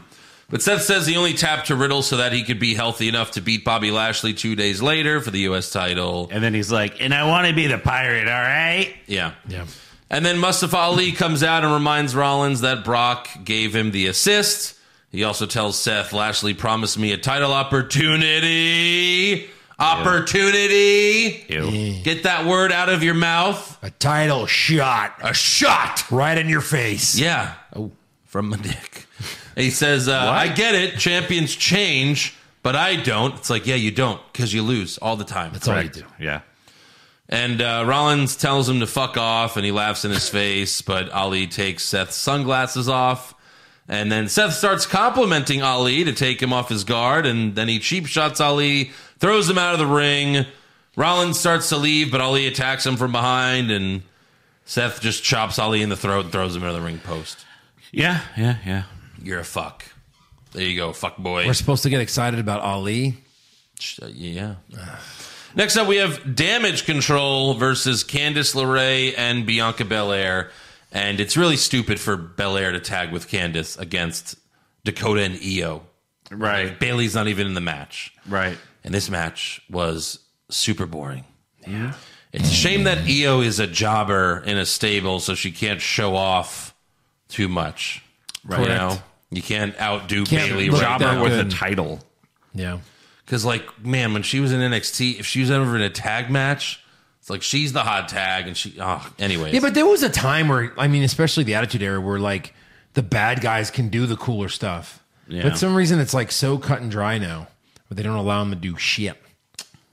S4: But Seth says he only tapped to Riddle so that he could be healthy enough to beat Bobby Lashley two days later for the U.S. title.
S6: And then he's like, and I want to be the pirate, all right?
S4: Yeah. Yeah. And then Mustafa Ali comes out and reminds Rollins that Brock gave him the assist. He also tells Seth, Lashley promised me a title opportunity. Opportunity. Get that word out of your mouth.
S5: a title shot
S4: A shot.
S5: right in your face.
S4: Yeah. Oh, from my dick. He says, uh, I get it. Champions change, but I don't. It's like, yeah, you don't because you lose all the time.
S5: That's all you do.
S6: Yeah.
S4: And uh, Rollins tells him to fuck off, and he laughs in his face. But Ali takes Seth's sunglasses off, and then Seth starts complimenting Ali to take him off his guard, and then he cheap shots Ali, throws him out of the ring. Rollins starts to leave, but Ali attacks him from behind, and Seth just chops Ali in the throat and throws him into the ring post.
S6: Yeah, yeah, yeah.
S4: You're a fuck. There you go, fuck boy.
S5: We're supposed to get excited about Ali.
S4: Uh, Yeah. Next up, we have Damage Control versus Candice LeRae and Bianca Belair. And it's really stupid for Belair to tag with Candice against Dakota and Io.
S6: Right,
S4: Bailey's not even in the match.
S6: right.
S4: And this match was super boring. Yeah. It's a shame that Io is a jobber in a stable, so she can't show off too much. Right. You know, you can't outdo
S5: Can't
S4: Bailey
S5: look
S4: right
S5: that
S4: now.
S6: Jobber with
S5: good.
S6: a title.
S5: Yeah.
S4: Because, like, man, when she was in NXT, if she was ever in a tag match, it's like she's the hot tag, and she, oh, anyway.
S5: Yeah, but there was a time where I mean, especially the Attitude Era, where like the bad guys can do the cooler stuff. But some reason it's like so cut and dry now, but they don't allow them to do shit.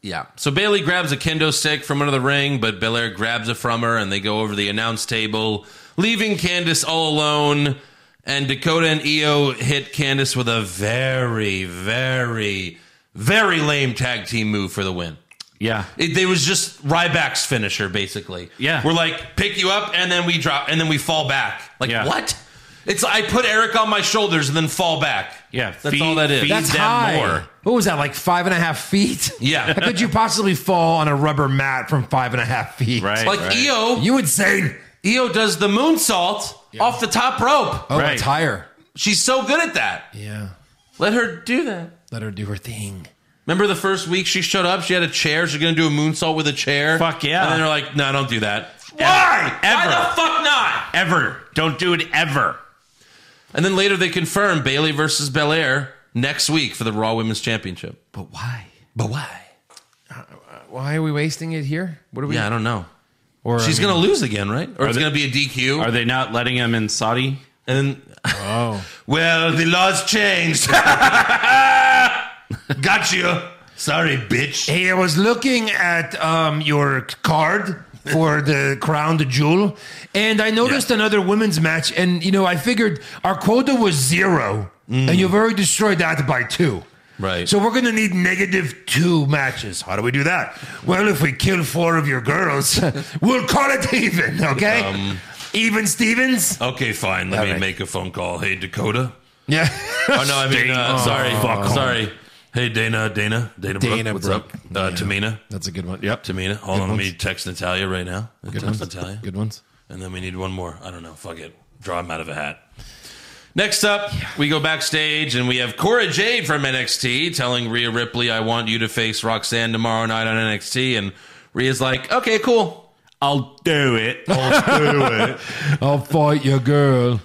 S4: yeah. So Bailey grabs a kendo stick from under the ring, but Belair grabs it from her, and they go over the announce table, leaving Candice all alone. And Dakota and Io hit Candice with a very, very, very lame tag team move for the win.
S6: Yeah.
S4: It, they was just Ryback's finisher, basically.
S6: Yeah.
S4: We're like, pick you up, and then we drop, and then we fall back. Like,
S6: Yeah.
S4: what? It's I put Eric on my shoulders and then fall back.
S6: Yeah,
S4: That's
S6: feed-
S4: all that is.
S6: feed
S5: That's
S6: them
S5: high.
S6: more.
S5: What was that? Like five and a half feet?
S4: Yeah.
S5: How could you possibly fall on a rubber mat from five and a half feet?
S6: Right.
S4: like E
S6: right.
S4: EO.
S5: You insane.
S4: EO does the moonsault off the top rope.
S5: Oh,
S6: Right.
S5: it's higher.
S4: She's so good at that.
S5: Yeah.
S4: Let her do that.
S5: Let her do her thing.
S4: Remember the first week she showed up, she had a chair. She's gonna do a moonsault with a chair.
S6: Fuck yeah.
S4: And then they're like, no, don't do that.
S6: Why?
S4: Why
S6: Ever.
S4: the fuck not?
S6: Ever. Don't do it ever.
S4: And then later they confirm Bailey versus Belair next week for the Raw Women's Championship.
S6: But why?
S4: But why?
S5: Uh, Why are we wasting it here? What are we?
S4: Yeah, I don't know.
S5: or,
S4: She's
S5: I mean-
S4: gonna lose again, right? Or it's
S6: they-
S4: gonna be a DQ.
S6: Are they not letting him in Saudi?
S4: and then,
S5: Oh.
S4: well, the laws changed. Got you. Sorry, bitch.
S5: Hey, I was looking at um, your card for the crowned jewel, and I noticed another women's match. And you know, I figured our quota was zero,
S6: Mm.
S5: and you've already destroyed that by two.
S4: Right.
S5: So we're going to need negative two matches. How do we do that? Well, if we kill four of your girls, we'll call it even. Okay.
S4: Um,
S5: even Stevens.
S4: Okay, fine. Let me
S5: Okay.
S4: make a phone call. Hey, Dakota.
S5: Yeah.
S4: Oh no, I mean, uh,
S5: Oh,
S4: sorry,
S5: fuck.
S4: sorry. Hey, Dana, Dana, Dana, Brooke,
S5: Dana
S4: what's
S5: Brooke.
S4: up? Uh, Tamina,
S5: That's a good one. Yep.
S4: Tamina. Hold on, let me
S5: ones.
S4: text Natalia right now. text Natalia.
S5: Good ones.
S4: And then we need one more. I don't know. Fuck it. Draw him out of a hat. Next up, we go backstage and we have Cora Jade from NXT telling Rhea Ripley, I want you to face Roxanne tomorrow night on NXT. And Rhea's like, okay, cool.
S6: I'll do it.
S5: I'll fight your girl.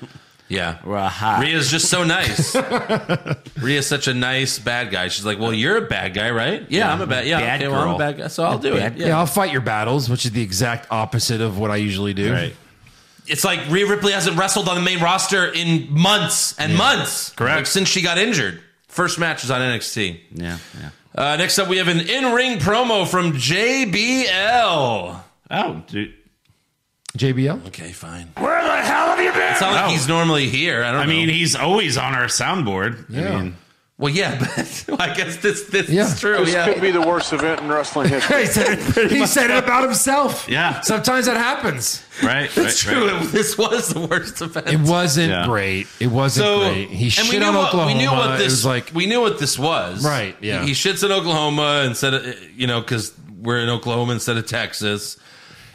S4: Yeah.
S6: Aha.
S4: Rhea's just so nice. Rhea's such a nice bad guy. She's like, well, you're a bad guy, right? Yeah, I'm a bad. Yeah,
S6: Bad
S4: okay, well, I'm a
S6: girl.
S4: bad guy, so I'll do it.
S5: Yeah.
S4: Yeah.
S5: I'll fight your battles, which is the exact opposite of what I usually do.
S6: Right.
S4: It's like Rhea Ripley hasn't wrestled on the main roster in months and months.
S6: Correct.
S4: Like, since she got injured. First match was on NXT.
S6: Yeah, yeah.
S4: Uh, next up, we have an in-ring promo from JBL.
S6: Oh, dude.
S5: JBL.
S4: Okay, fine.
S7: Where the hell have you been?
S4: It's not like he's normally here. I don't.
S6: I
S4: know.
S6: mean, he's always on our soundboard.
S5: Yeah.
S6: I mean,
S4: well, yeah, but I guess this this
S5: Yeah.
S4: is true.
S9: This
S4: yeah.
S9: could be the worst event in wrestling history.
S5: He said it, he said it about himself.
S6: Yeah.
S5: Sometimes that happens.
S6: right.
S4: It's
S6: right,
S4: true.
S6: right.
S4: This was the worst event.
S5: It wasn't
S6: Yeah.
S5: great. It wasn't
S4: So
S5: great.
S4: and we
S5: He shit
S4: knew
S5: on
S4: what-
S5: Oklahoma.
S4: We knew what this
S5: it was like
S4: We knew what this was.
S5: Right, yeah.
S4: He, he shits in Oklahoma instead of you know because we're in Oklahoma instead of Texas,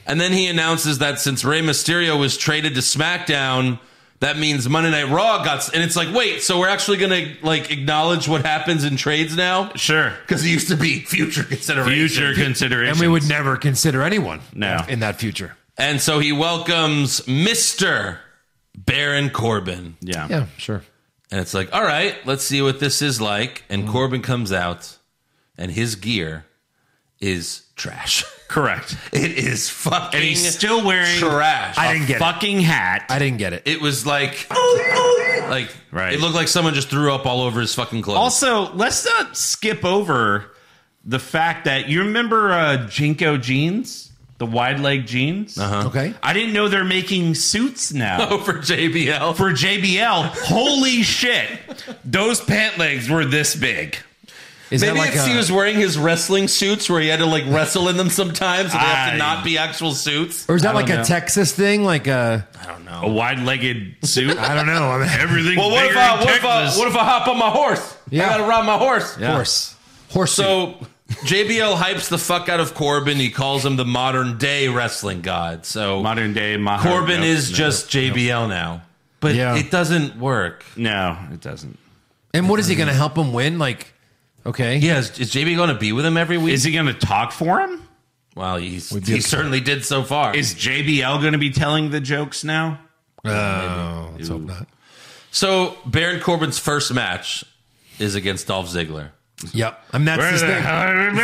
S4: and then he announces that since Rey Mysterio was traded to SmackDown, That means Monday Night Raw got, s- and it's like, wait, so we're actually gonna like acknowledge what happens in trades now?
S6: Sure.
S4: Because it used to be future consideration.
S6: Future consideration.
S5: And we would never consider anyone
S6: No.
S5: in that future.
S4: And so he welcomes Mr. Baron Corbin.
S6: Yeah.
S5: Yeah, sure.
S4: And it's like, all right, let's see what this is like. And Corbin comes out, and his gear is trash.
S6: Correct.
S4: It is fucking.
S6: And he's still wearing
S4: trash.
S6: I
S5: I didn't get it.
S6: fucking hat.
S5: I didn't get it.
S4: it was like, like
S6: Right.
S4: It looked like someone just threw up all over his fucking clothes.
S6: also, let's not skip over the fact that you remember uh, Jinko jeans, the wide leg jeans. Uh-huh.
S5: Okay.
S6: I didn't know they're making suits now.
S4: for JBL.
S6: for JBL. Holy shit. Those pant legs were this big.
S5: Is
S4: Maybe
S5: that like
S4: it's
S5: a,
S4: he was wering his wrestling suits where he had to like wrestle in them sometimes, and they have
S6: I-
S4: to not be actual suits.
S5: or is that
S6: I
S5: like
S6: don't
S5: a
S6: know.
S5: Texas thing? Like uh, a
S6: A wide legged suit.
S5: I don't know. I mean,
S6: Everything.
S4: Well, what if I what if I, what if I hop on my horse?
S5: Yeah.
S4: I gotta ride my horse.
S5: horse, horse. suit.
S4: So JBL hypes the fuck out of Corbin. He calls him the modern day wrestling god. So
S6: modern day Maha-
S4: Corbin
S6: no,
S4: is
S6: no.
S4: just JBL now, but
S5: Yeah.
S4: it doesn't work.
S6: No, it doesn't.
S5: and what is he going to help him win? Like, okay,
S4: Yeah, is, is JBL going to be with him every week?
S6: Is he going to talk for him?
S4: well, he's,
S5: Would be
S4: he
S5: a-
S4: certainly did so far.
S6: Is JBL going to be telling the jokes now?
S5: Oh, let's hope not.
S4: so Baron Corbin's first match is against Dolph Ziggler.
S5: Yep, I mean that's his thing.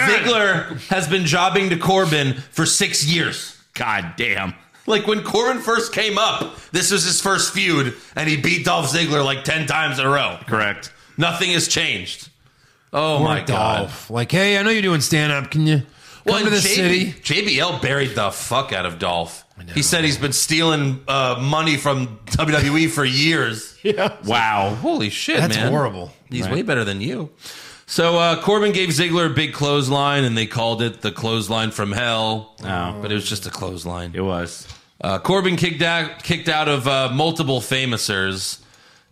S4: Ziggler has been jobbing to Corbin for six years.
S6: God damn.
S4: Like when Corbin first came up, this was his first feud, and he beat Dolph Ziggler like ten times in a row.
S6: Correct.
S4: Nothing has changed. Oh
S5: Poor
S4: my god!
S5: Dolph. Like, hey, I know you're doing stand up. Can you come
S4: Well,
S5: to
S4: and
S5: the
S4: JB
S5: city?
S4: JBL buried the fuck out of Dolph. He said he's been stealing uh, money from WWE for years.
S6: Wow.
S4: Holy shit,
S5: That's
S4: man.
S5: horrible.
S4: He's way better than you. So uh, Corbin gave Ziggler a big clothesline, and they called it the clothesline from hell.
S6: Oh.
S4: But it was just a clothesline.
S6: It was.
S4: Uh, Corbin kicked out kicked out of uh, multiple famousers,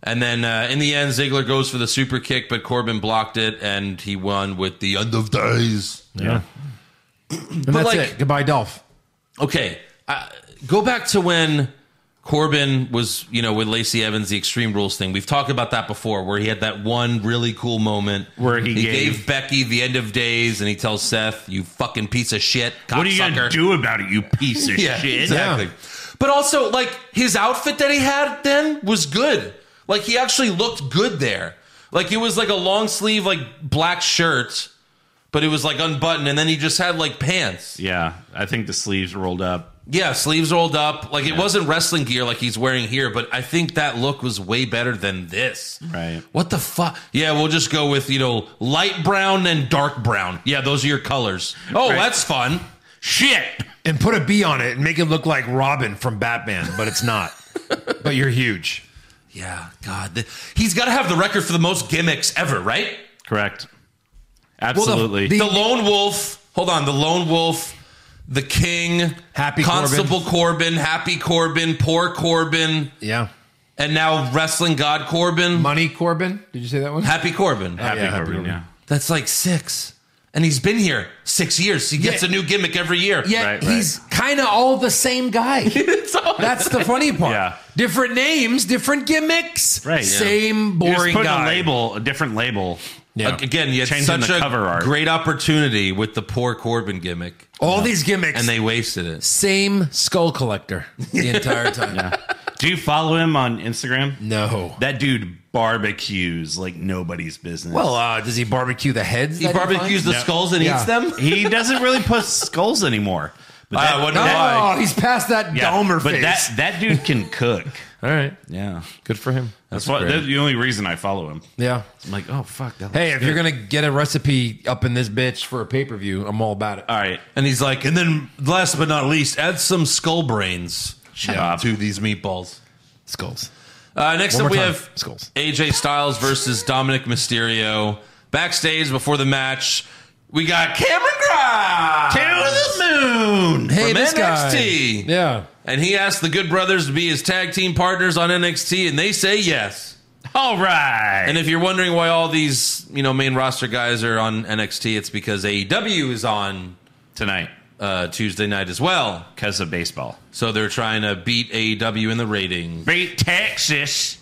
S4: and then uh, in the end, Ziggler goes for the super kick, but Corbin blocked it, and he won with the end of days.
S5: Yeah. and that's
S4: like-
S5: it. Goodbye, Dolph.
S4: Okay, uh, go back to when Corbin was, you know, with Lacey Evans, the Extreme Rules thing. We've talked about that before, where he had that one really cool moment
S6: Where he
S4: gave,
S6: gave-
S4: Becky the end of days, and he tells Seth, "You fucking piece of shit,
S6: What are you going to
S4: cocksucker."
S6: do about it, you piece of
S4: Yeah,
S6: shit?
S4: exactly. But also, like his outfit that he had then was good. Like he actually looked good there. Like it was like a long sleeve, like black shirt, but it was like unbuttoned, and then he just had like pants.
S6: Yeah. I think the sleeves rolled up.
S4: Yeah, sleeves rolled up. Like it wasn't wrestling gear like he's wearing here, but I think that look was way better than this.
S6: Right.
S4: What the fuck? Yeah, we'll just go with, you know, light brown and dark brown. Yeah, those are your colors. Oh,
S6: Right.
S4: that's fun.
S6: Shit.
S5: And put a B on it and make it look like Robin from Batman, but it's not. but you're huge.
S4: Yeah, God. th- He's got to have the record for the most gimmicks ever, right?
S6: Correct. Absolutely.
S5: the-
S4: The Lone Wolf. Hold on. The Lone Wolf, the King,
S5: Happy
S4: Constable Corbin, Happy Corbin, Poor Corbin,
S5: Yeah.
S4: and now Wrestling God Corbin.
S5: Money Corbin. Did you say that one?
S4: Happy Corbin.
S6: happy
S5: yeah, happy
S6: Corbin,
S5: Corbin.
S6: Oh, yeah.
S4: That's like six. And he's been here six years. He gets
S5: Yeah.
S4: a new gimmick every year.
S5: Yet
S6: Right,
S5: he's kind of all the same guy. That's the funny part.
S6: Yeah.
S5: Different names, different gimmicks.
S6: Right, yeah. You
S5: Same boring
S6: just put
S5: guy.
S6: a label, a different label.
S5: Yeah.
S4: Again, you had
S6: Changing
S4: such
S6: the
S4: a
S6: cover art.
S4: great opportunity with the poor Corbin gimmick,
S5: All these gimmicks.
S4: and they wasted it.
S5: same skull collector the entire time.
S6: Do you follow him on Instagram?
S5: No.
S6: That dude barbecues like nobody's business.
S5: Well, uh, does he barbecue the heads?
S4: He
S5: that finds?
S4: barbecues the
S6: No.
S4: skulls and
S5: Yeah.
S4: eats them.
S6: he doesn't really put skulls anymore. But
S4: I wouldn't
S5: No,
S4: why.
S5: he's past that
S6: yeah,
S5: Dahmer
S6: but
S5: phase.
S6: that that dude can cook.
S5: All right,
S6: Yeah,
S5: good for him.
S6: that's, what
S4: great.
S6: that's the only reason I follow him.
S5: Yeah.
S6: I'm like, oh fuck. That
S5: Hey, if you're gonna get a recipe up in this bitch for a pay per view, I'm all about it.
S6: all right,
S4: And he's like, and then last but not least, add some skull brains
S6: Yeah.
S4: to these meatballs.
S5: Skulls.
S4: Uh, next
S5: One
S4: up,
S5: more
S4: we
S5: time.
S4: have
S5: Skulls.
S4: AJ Styles versus Dominic Mysterio. Backstage before the match, we got Cameron Grimes
S6: to the moon.
S5: Hey,
S4: from
S5: this guy.
S4: NXT.
S5: Yeah.
S4: And he asked the Good Brothers to be his tag team partners on NXT, and they say yes.
S6: All right,
S4: And if you're wondering why all these, you know, main roster guys are on NXT, it's because AEW E is on
S6: tonight
S4: uh, Tuesday night as well.
S6: because of baseball.
S4: So they're trying to beat AEW in the ratings.
S6: Beat Texas.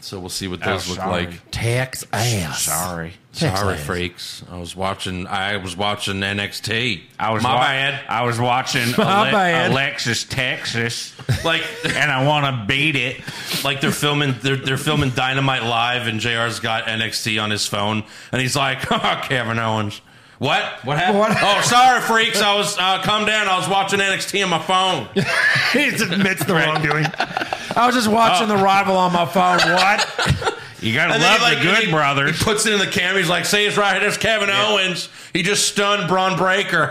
S4: So we'll see what those
S6: Oh,
S4: look like.
S5: Tax ass.
S6: Sorry.
S4: Sorry, freaks. I was watching. I was watching NXT.
S6: I was
S4: my
S6: wa-
S4: bad.
S6: I was watching
S5: My
S6: Ale-
S5: bad.
S6: Alexis Texas,
S4: Like,
S6: and I want to beat it.
S4: like they're filming. They're they're filming Dynamite live, and Jr's got NXT on his phone, and he's like, oh, Kevin Owens. What? What happened?
S5: What?
S4: Oh, sorry, freaks. I was uh, come down. I was watching NXT on my phone.
S5: he just admits the wrongdoing. I was just watching
S4: Oh.
S5: the rival on my phone. What?
S6: You gotta
S4: And then
S6: love
S4: he, like,
S6: the good
S4: he-
S6: brothers.
S4: He puts it in the camera. He's like, "Say it's right. There's Kevin Owens. He just stunned Braun Breaker.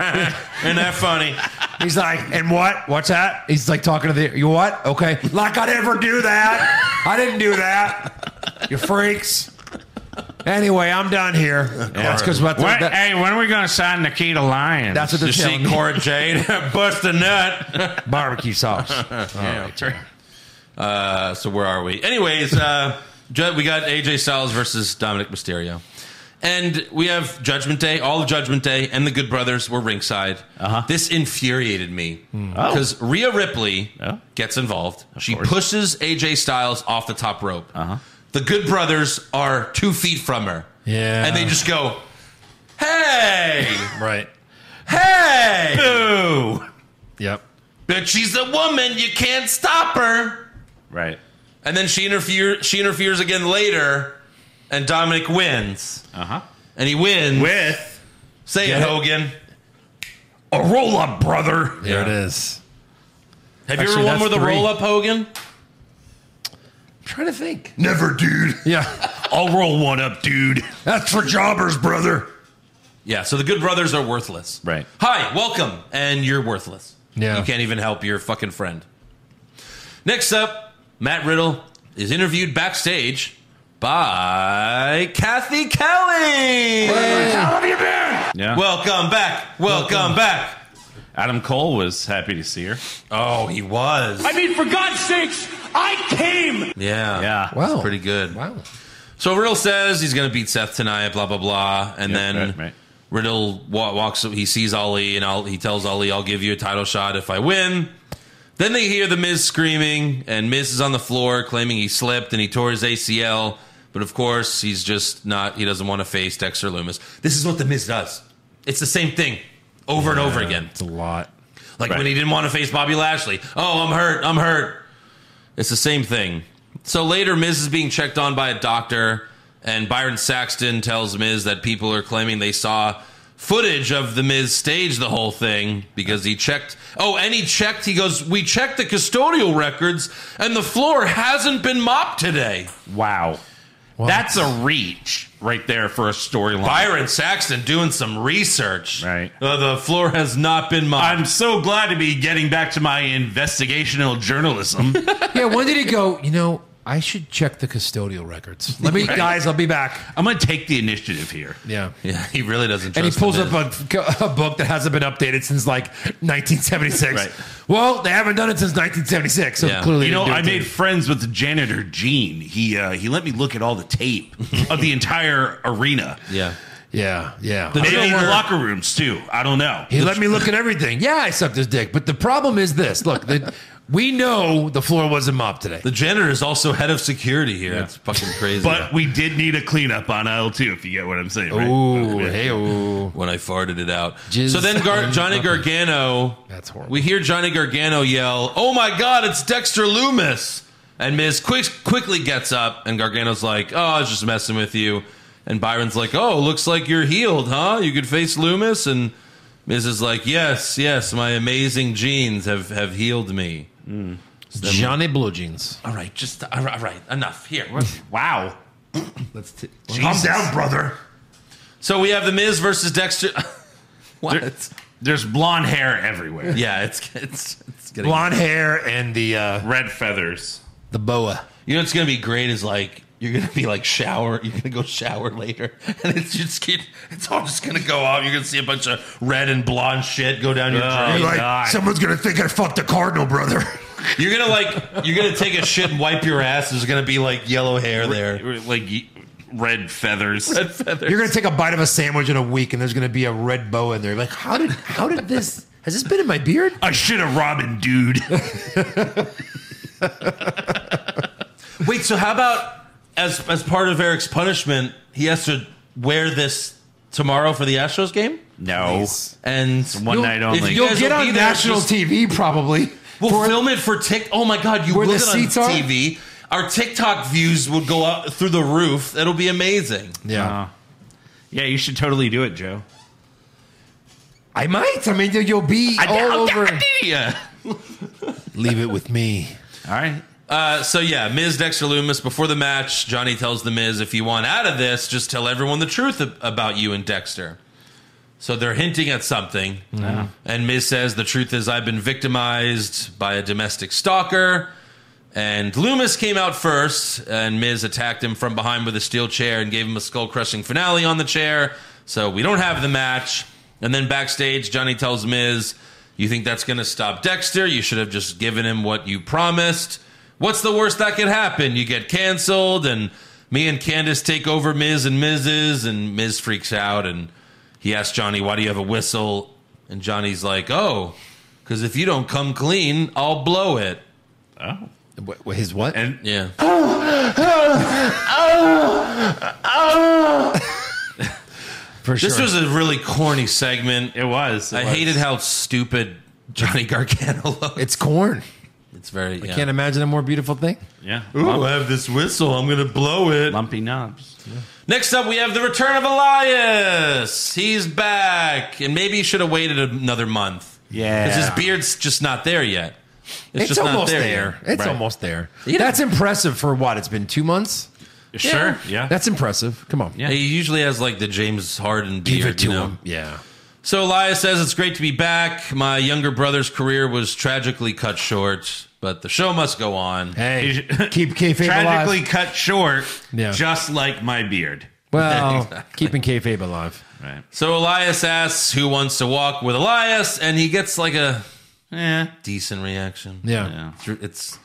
S4: Isn't that funny?"
S5: He's like, and what? What's that? He's like talking to the you what? Okay, like I'd ever do that. I didn't do that. You freaks. Anyway, I'm done here. That's because what? the-
S6: What-
S5: that-
S6: hey, when are we gonna sign Nikita Lyons?
S5: that's what they're
S4: You see
S5: telling me.
S4: Cora Jade bust a nut.
S5: Barbecue sauce.
S4: Uh, so where are we? Anyways, uh, Ju- we got AJ Styles versus Dominic Mysterio, and we have Judgment Day. All of Judgment Day and the Good Brothers were ringside.
S6: Uh-huh. Hmm.
S4: This infuriated me because Rhea Ripley
S6: Yeah.
S4: gets involved. She
S6: course.
S4: pushes AJ Styles off the top rope.
S6: Uh-huh.
S4: The Good Brothers are two feet from her.
S5: Yeah.
S4: and they just go, "Hey,
S5: right.
S4: hey!"
S6: Boo.
S5: Yep.
S4: But she's a woman. You can't stop her.
S6: Right.
S4: And then she interferes. She interferes again later, and Dominic wins.
S6: Uh huh.
S4: And he wins.
S7: With
S4: Say
S5: Uh-huh. Get
S4: it,
S5: it.
S4: Hogan.
S7: a roll up, brother.
S5: There it is.
S4: Have you
S5: Actually,
S4: ever won
S5: that's
S4: with a
S5: three.
S4: roll up, Hogan?
S5: I'm trying to think.
S7: Never, dude.
S5: Yeah.
S7: I'll roll one up, dude. That's for jobbers, brother.
S4: Yeah. So the good brothers are worthless.
S6: Right.
S4: Hi, welcome, and you're worthless.
S5: Yeah.
S4: You can't even help your fucking friend. Next up, Matt Riddle is interviewed backstage by Kathy Kelly.
S7: How have you been?
S6: Yeah. Well,
S4: Welcome back. Welcome, back.
S6: Adam Cole was happy to see her.
S4: Oh, he was.
S10: I mean, for God's sakes, I came.
S4: yeah.
S6: Yeah.
S5: Wow.
S4: Pretty good.
S5: Wow.
S4: So Riddle says he's going to beat Seth tonight, blah blah blah, and
S6: Yeah,
S4: then
S6: right, right.
S4: Riddle wa- walks. He sees Ali, and I'll, he tells Ali, "I'll give you a title shot if I win." Then they hear the Miz screaming, and Miz is on the floor claiming he slipped and he tore his ACL. But of course, he's just not. He doesn't want to face Dexter Loomis. This is what the Miz does. It's the same thing over and over again.
S5: It's a lot.
S4: Like
S6: Right.
S4: when he didn't want to face Bobby Lashley. Oh, I'm hurt. I'm hurt. It's the same thing. So later, Miz is being checked on by a doctor, and Byron Saxton tells Miz that people are claiming they saw footage of the Miz stage the whole thing because he checked. Oh, and he checked. He goes, We checked the custodial records, and the floor hasn't been mopped today.
S6: Wow. That's a reach right there for a storyline.
S4: Byron Saxton doing some research.
S6: Right.
S4: Uh, the floor has not been mopped.
S6: I'm so glad to be getting back to my investigational journalism.
S5: Yeah. When did he go? You know, I should check the custodial records. Let me, guys. I'll be back.
S6: I'm going to take the initiative here.
S5: Yeah.
S4: yeah, he really doesn't
S5: and he
S4: trust the
S5: pulls
S4: Miz.
S5: up a, a book that hasn't been updated since like 1976.
S6: Right.
S5: Well, they haven't done it since 1976, so
S4: Yeah.
S5: clearly
S6: You
S5: they
S6: know,
S5: didn't do
S6: I
S5: it to
S6: made
S5: you.
S6: friends with the janitor Gene. He uh, he let me look at all the tape of the entire arena.
S4: Yeah.
S5: yeah, yeah.
S6: Maybe the
S5: Sure.
S6: locker rooms too. I don't know.
S5: he let me look at everything. Yeah, I sucked his dick, but the problem is this: look, the, we know the floor wasn't mopped today.
S4: The janitor is also head of security here. It's fucking crazy.
S6: But we did need a cleanup on aisle two, if you get what I'm saying. Right?
S5: Ooh, hey, ooh.
S4: when I farted it out.
S5: Jizz
S4: so then Gar-
S5: on
S4: Johnny
S5: nothing.
S4: Gargano.
S5: That's horrible.
S4: We hear Johnny Gargano yell, "Oh my God, it's Dexter Loomis!" And Miz quick, quickly gets up, and Gargano's like, "Oh, I was just messing with you." And Byron's like, "Oh, looks like you're healed, huh? You could face Loomis." And Miz is like, "Yes, yes, my amazing genes have have healed me."
S5: Johnny Blue Jeans.
S4: All right, just all right, all right enough here. we're-
S6: Wow.
S5: Let's t-
S7: Calm down, brother.
S4: so we have the Miz versus Dexter. what?
S6: There- there's blonde hair everywhere.
S4: yeah, it's it's it's getting
S5: blonde hair and the uh,
S6: Red feathers.
S5: the boa.
S4: You know what's gonna be great is like you're gonna be like shower. You're gonna go shower later, and it's just keep. It's all just gonna go off. You're gonna see a bunch of red and blonde shit go down your.
S6: Oh,
S4: drain.
S8: Like,
S6: God.
S8: someone's gonna think I fucked a cardinal, brother.
S4: You're gonna like. You're gonna take a shit and wipe your ass. There's gonna be like yellow hair there.
S6: Like y- red feathers.
S5: You're gonna take a bite of a sandwich in a week, and there's gonna be a red boa in there. Like, how did how did this? Has this been in my beard?
S7: I should have Robin, dude.
S4: Wait, so how about as as part of Eric's punishment, he has to wear this tomorrow for the Astros game?
S6: No.
S4: And
S6: One
S5: You'll-
S6: night
S5: if
S6: only.
S4: you
S5: You'll
S4: guys
S5: get
S4: will be
S5: on
S4: there,
S5: national
S4: just-
S5: TV probably.
S4: We'll
S5: for-
S4: film it for Tik. Oh my God, you
S5: Where
S4: will
S5: the
S4: it on
S5: seats are?
S4: TV. Our TikTok views would go up through the roof. It'll be amazing.
S5: yeah.
S6: Uh, yeah, you should totally do it, Joe.
S5: I might. I mean, you'll be all over.
S6: Yeah.
S5: Leave it with me.
S6: All right.
S4: Uh, so yeah, Miz Dexter Loomis before the match, Johnny tells the Miz, "If you want out of this, just tell everyone the truth ab- about you and Dexter." So they're hinting at something, and Miz says, "The truth is, I've been victimized by a domestic stalker." And Loomis came out first, and Miz attacked him from behind with a steel chair and gave him a skull crushing finale on the chair. So we don't have the match. And then backstage, Johnny tells Miz, You think that's going to stop Dexter? You should have just given him what you promised. What's the worst that could happen? You get canceled, and me and Candace take over Miz and Miz's, and Miz freaks out. And he asks Johnny, Why do you have a whistle? And Johnny's like, Oh, because if you don't come clean, I'll blow it.
S5: What, what- his what?
S6: And
S4: Yeah.
S5: for sure.
S4: This was a really corny segment.
S6: it was. it
S4: I
S6: was.
S4: hated how stupid Johnny Gargano looked.
S5: it's corn.
S4: It's very.
S5: I can't imagine a more beautiful thing.
S6: Yeah.
S4: Ooh, I have this whistle. I'm gonna blow it.
S6: Lumpy knobs.
S4: Next up, we have the return of Elias. He's back, and maybe he should have waited another month.
S6: Yeah.
S4: because his beard's just not there yet. It's,
S5: It's,
S4: just
S5: almost
S4: not there.
S5: there.
S4: yet.
S5: It's
S4: Right.
S5: almost there.
S4: You know-
S5: That's impressive for what? It's been two months.
S6: Sure. Yeah.
S5: That's impressive. Come on.
S6: Yeah.
S4: He usually has like the James Harden beard.
S5: Give it to
S4: you know?
S5: him. Yeah.
S4: So Elias says it's great to be back. My younger brother's career was tragically cut short, but the show must go on.
S5: Hey,
S6: He's-
S5: keep kayfabe
S6: Tragically
S5: alive.
S6: cut short,
S5: Yeah.
S6: just like my beard.
S5: Well, keeping kayfabe alive.
S6: Right.
S4: So Elias asks who wants to walk with Elias, and he gets like a
S6: Yeah.
S4: decent reaction.
S5: Yeah. yeah.
S6: Yeah.
S4: It's- it's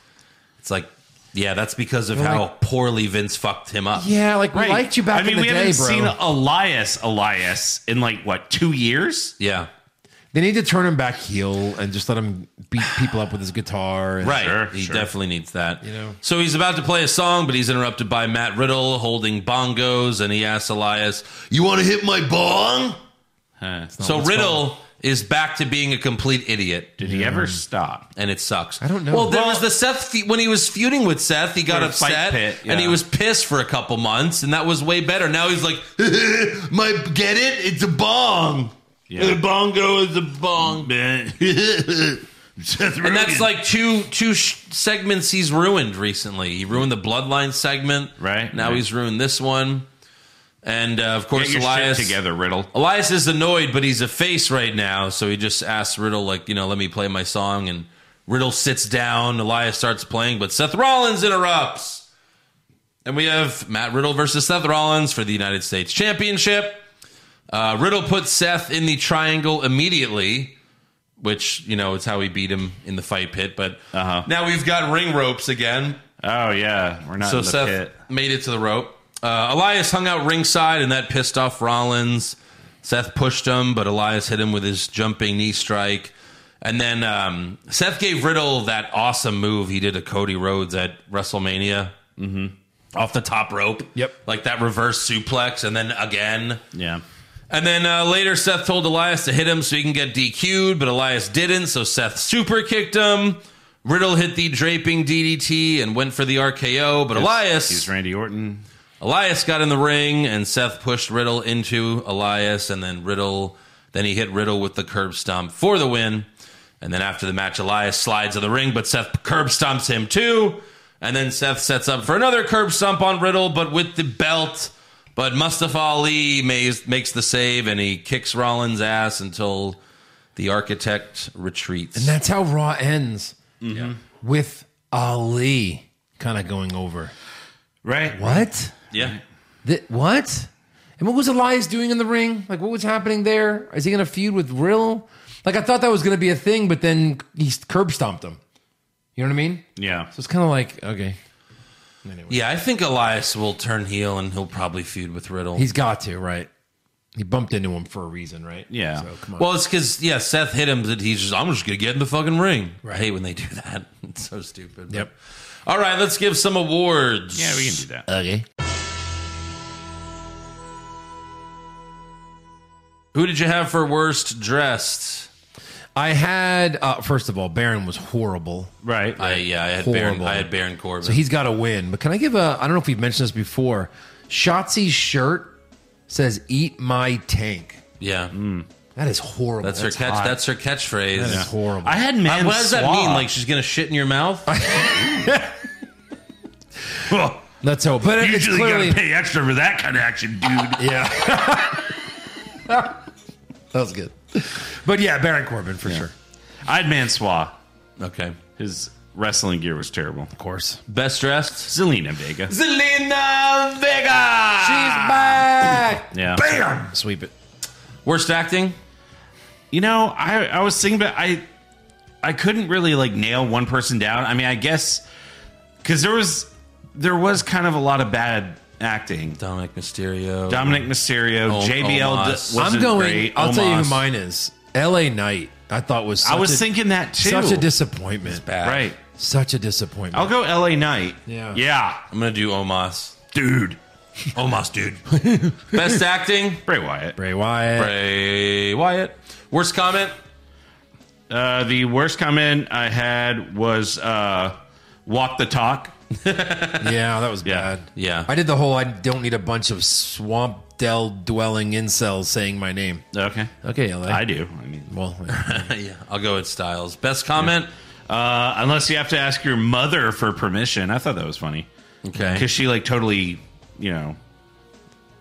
S4: it's like yeah, that's because of how poorly Vince fucked him up.
S5: like we liked you back
S6: I mean,
S5: in the
S6: we
S5: day,
S6: haven't
S5: bro.
S6: seen Elias Elias in like what two years?
S4: Yeah.
S5: they need to turn him back heel and just let him beat people up with his guitar. And
S4: Right.
S6: Sure,
S4: he
S6: sure.
S4: definitely needs that.
S5: You know.
S4: So he's about to play a song, but he's interrupted by Matt Riddle holding bongos, and he asks Elias, "You want to hit my bong?" So
S5: Oh, what's
S4: Riddle is back to being a complete idiot.
S6: Did he ever stop?
S4: and it sucks.
S5: I don't know.
S4: Well, there
S5: Well-
S4: was the Seth fe- when he was feuding with Seth, he got
S6: Or fight
S4: upset
S6: pit,
S4: and
S6: yeah.
S4: he was pissed for a couple months, and that was way better. Now he's like, "My get it? It's a bong.
S6: Yeah.
S4: A bongo is a bong."
S7: Seth
S4: And
S7: Rogen.
S4: that's like two two sh- segments he's ruined recently. He ruined the Bloodline segment,
S6: Right,
S4: Now
S6: right.
S4: he's ruined this one, and uh, of course,
S6: Get your
S4: Elias
S6: shit together, Riddle.
S4: Elias is annoyed, but he's a face right now, so he just asks Riddle, like, you know, let me play my song. And Riddle sits down. Elias starts playing, but Seth Rollins interrupts. And we have Matt Riddle versus Seth Rollins for the United States Championship. Uh, Riddle puts Seth in the triangle immediately, which, you know, it's how he beat him in the fight pit. But
S6: Uh-huh.
S4: now we've got ring ropes again.
S6: Oh yeah, we're not
S4: So
S6: in the
S4: Seth
S6: pit.
S4: made it to the rope. Uh, Elias hung out ringside, and that pissed off Rollins. Seth pushed him, but Elias hit him with his jumping knee strike. And then um, Seth gave Riddle that awesome move he did to Cody Rhodes at WrestleMania mm-hmm. off the top rope.
S5: Yep.
S4: Like that reverse suplex, and then again.
S6: Yeah.
S4: And then uh, later, Seth told Elias to hit him so he can get DQ'd, but Elias didn't, so Seth super kicked him. Riddle hit the draping DDT and went for the RKO, but Elias
S6: He's Randy Orton.
S4: Elias got in the ring and Seth pushed Riddle into Elias and then Riddle then he hit Riddle with the curb stomp for the win. And then after the match Elias slides to the ring but Seth curb stomps him too. And then Seth sets up for another curb stomp on Riddle but with the belt. But Mustafa Ali mays, makes the save and he kicks Rollins ass until the architect retreats.
S5: And that's how Raw ends with Ali kind of going over.
S6: Right.
S5: What?
S4: yeah.
S5: Th- what? And what was Elias doing in the ring? Like, what was happening there? Is he going to feud with Riddle? Like, I thought that was going to be a thing, but then he curb stomped him. You know what I mean?
S6: Yeah.
S5: So it's kind of like, okay,
S4: Yeah, I think Elias will turn heel and he'll probably feud with Riddle.
S5: he's got to, right? He bumped into him for a reason, right?
S6: Yeah.
S5: So come on.
S4: Well, it's because yeah, Seth hit him. That he's just I'm just gonna get in the fucking ring. I hate when they do that. It's so stupid.
S5: Yep.
S4: All right, let's give some awards.
S6: Yeah, we can do that.
S5: okay.
S4: Who did you have for worst dressed?
S5: I had uh, first of all, Baron was horrible.
S6: Right.
S4: I yeah, I had Baron.
S5: Horrible.
S4: I had Baron Corbin.
S5: So he's got to win. But can I give a? I don't know if we've mentioned this before. Shotzi's shirt says "Eat my tank."
S4: yeah,
S5: That is horrible.
S4: that's, her catch.
S5: Mm, hot.
S4: That's her catchphrase.
S5: That is horrible.
S6: I had man.
S4: Uh, what does that
S6: Swab.
S4: mean? Like she's gonna shit in your mouth?
S5: Let's hope. But it's
S7: Usually
S5: clearly
S7: gotta pay extra for that kind of action, dude.
S5: yeah. that was good. But yeah, Baron Corbin for sure.
S6: I had Mansois.
S4: okay.
S6: His wrestling gear was terrible.
S5: Of course.
S4: Best dressed.
S6: Zelina Vega.
S4: Zelina Vega.
S5: back.
S6: Yeah.
S7: Bam!
S5: Sweep it.
S4: Worst acting.
S6: You know, I I was thinking about I I couldn't really like nail one person down. I mean, I guess because there was there was kind of a lot of bad acting.
S4: Dominic Mysterio.
S6: Dominic Mysterio,
S4: Oh,
S6: JBL d-
S4: Omos.
S6: wasn't
S5: I'm going.
S6: great.
S5: I'll tell you who
S6: Omos.
S5: mine is. L.A. Knight. I thought was. Such
S6: I was
S5: a,
S6: thinking that too.
S5: such a disappointment.
S4: Bad.
S6: right.
S5: Such a disappointment.
S6: I'll go LA Knight.
S5: Yeah.
S6: Yeah.
S4: I'm gonna do Omos.
S7: Dude.
S4: Omos, dude. Best acting.
S6: Bray Wyatt.
S5: Bray Wyatt.
S4: Bray Wyatt. Worst comment.
S6: Uh, the worst comment I had was uh, walk the talk.
S5: Yeah, that was
S6: Yeah,
S5: bad.
S4: yeah.
S5: I did the whole I don't need a bunch of swamp dell dwelling incels saying my name.
S6: Okay.
S5: Okay, LA.
S6: I do. I mean,
S5: Well,
S4: yeah, I'll go with Styles. Best comment.
S6: uh, unless you have to ask your mother for permission. I thought that was funny
S4: Okay.
S6: because she like totally, you know,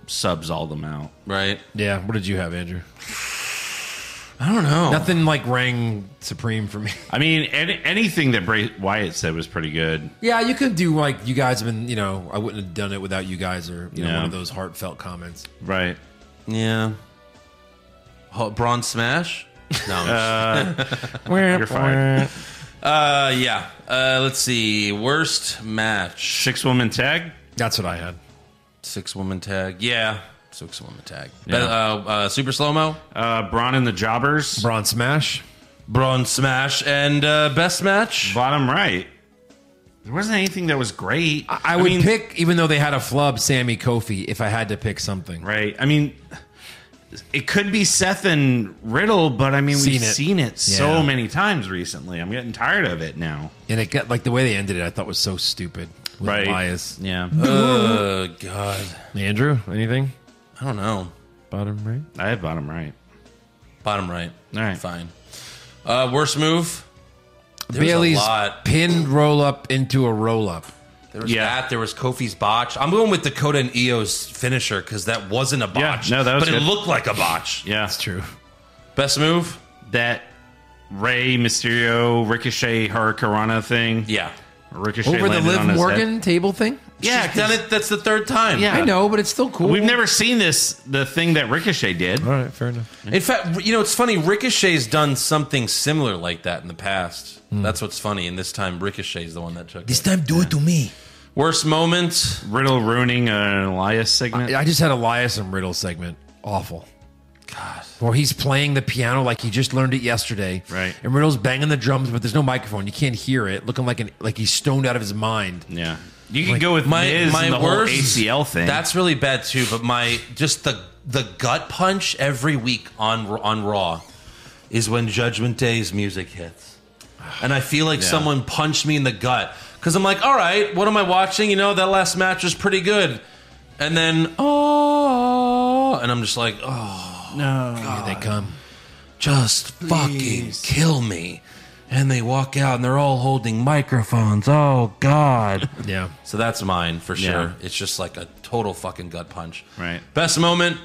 S6: subs all them out.
S4: Right.
S5: yeah. What did you have, Andrew?
S4: I don't know.
S5: Nothing like rang supreme for me.
S6: I mean, any, anything that Bray Wyatt said was pretty good.
S5: yeah, you could do like you guys have been. You know, I wouldn't have done it without you guys, or you know,
S6: Yeah.
S5: one of those heartfelt comments.
S6: Right.
S4: Yeah. Ho- Braun Smash. No. I'm
S6: You're fine.
S4: Uh, yeah. Uh, let's see. Worst match.
S6: Six woman tag.
S5: That's what I had.
S4: Six woman tag. Yeah. Six woman tag.
S6: Yeah.
S4: Be- uh, uh, super slow mo.
S6: Uh, Braun and the Jobbers.
S5: Braun Smash.
S4: Braun Smash and uh, best match.
S6: Bottom right. There wasn't anything that was great.
S5: I, I would
S6: mean,
S5: pick, even though they had a flub, Sammy Kofi. If I had to pick something,
S6: Right. I mean, it could be Seth and Riddle, but I mean, we've
S5: Seen it.
S6: seen it so
S5: Yeah.
S6: many times recently. I'm getting tired of it now.
S5: and it got like the way they ended it, I thought was so stupid. With Elias.
S6: Yeah.
S4: Uh, God.
S5: Andrew, anything?
S4: I don't know.
S5: Bottom right.
S6: I have bottom right.
S4: Bottom right.
S6: All right.
S4: Fine. Uh, worst move. There was a
S5: Bailey's
S4: lot.
S5: pinned roll up into a roll up.
S4: There was
S6: Yeah.
S4: that. There was Kofi's botch. I'm going with Dakota and Io's finisher because that wasn't a
S6: Yeah,
S4: botch.
S6: no, that was
S4: but
S6: good.
S4: it looked like a botch.
S6: Yeah.
S5: That's true.
S4: Best move.
S6: That Ray Mysterio Ricochet Hurricanrana thing.
S4: Yeah.
S6: Ricochet
S5: Over the
S6: landed on
S5: Liv
S6: his
S5: Morgan
S6: head.
S5: table thing?
S4: Yeah, done it. That's the third time.
S6: Yeah.
S5: I know, but it's still cool.
S6: We've never seen this. The thing that Ricochet did.
S5: All right, fair enough.
S4: In fact, you know, it's funny. Ricochet's done something similar like that in the past.
S6: Hmm.
S4: That's what's funny. And this time, Ricochet's the one that took it.
S5: time, do it to me.
S4: Worst moment.
S6: Riddle ruining an Elias segment.
S5: I just had Elias and Riddle segment. Awful. God. Where he's playing the piano like he just learned it yesterday.
S6: Right.
S5: And Riddle's banging the drums, but there's no microphone. You can't hear it. Looking like an like he's stoned out of his mind.
S6: yeah. You can go with
S4: My
S6: Miz
S4: my
S6: and the
S4: worst
S6: whole ACL thing.
S4: That's really bad too. But my just the the gut punch every week on on Raw is when Judgment Day's music hits, and I feel like
S6: Yeah.
S4: someone punched me in the gut because I'm like, all right, what am I watching? You know, that last match was pretty good, and then oh, and I'm just like, oh,
S5: Here they come.
S4: just fucking kill me. And they walk out and they're all holding microphones. Oh, God.
S5: Yeah.
S4: So that's mine for sure.
S6: Yeah.
S4: It's just like a total fucking gut punch.
S6: Right.
S4: Best moment.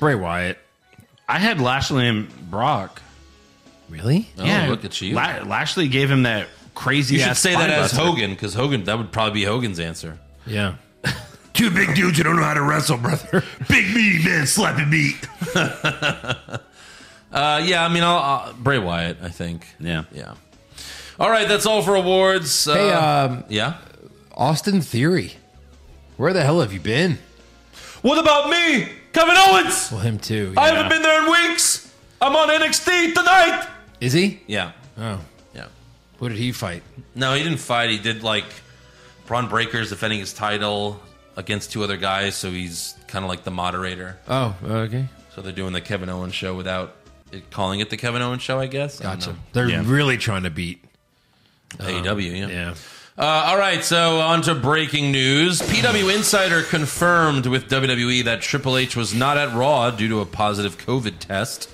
S5: Bray Wyatt.
S6: I had Lashley and Brock.
S5: Really?
S6: yeah,
S4: Oh, look at you.
S6: La- Lashley gave him that crazy.
S4: You should
S6: ass
S4: say that
S6: spine
S4: as
S6: buster.
S4: Hogan because Hogan, that would probably be Hogan's answer.
S5: Yeah.
S7: Two big dudes who don't know how to wrestle, brother. Big meaty man slapping meat.
S4: Uh, yeah, I mean, I'll, uh, Bray Wyatt, I think.
S6: Yeah.
S4: Yeah. All right, that's all for awards. Uh,
S5: Hey, um,
S4: yeah.
S5: Austin Theory. Where the hell have you been?
S4: What about me? Kevin Owens.
S5: Well, him too.
S4: I
S5: yeah.
S4: haven't been there in weeks. I'm on NXT tonight.
S5: Is he?
S4: Yeah,
S5: Oh,
S4: yeah.
S5: what did he fight?
S4: No, he didn't fight. He did like Braun Breaker's defending his title against two other guys, so he's kind of like the moderator.
S5: Oh, okay.
S4: So they're doing the Kevin Owens show without it, calling it the Kevin Owens show, I guess. I don't
S5: Gotcha.
S4: know.
S5: They're really trying to beat.
S4: AEW, yeah. Uh, all right, so on to breaking news. PW Insider confirmed with WWE that Triple H was not at Raw due to a positive COVID test,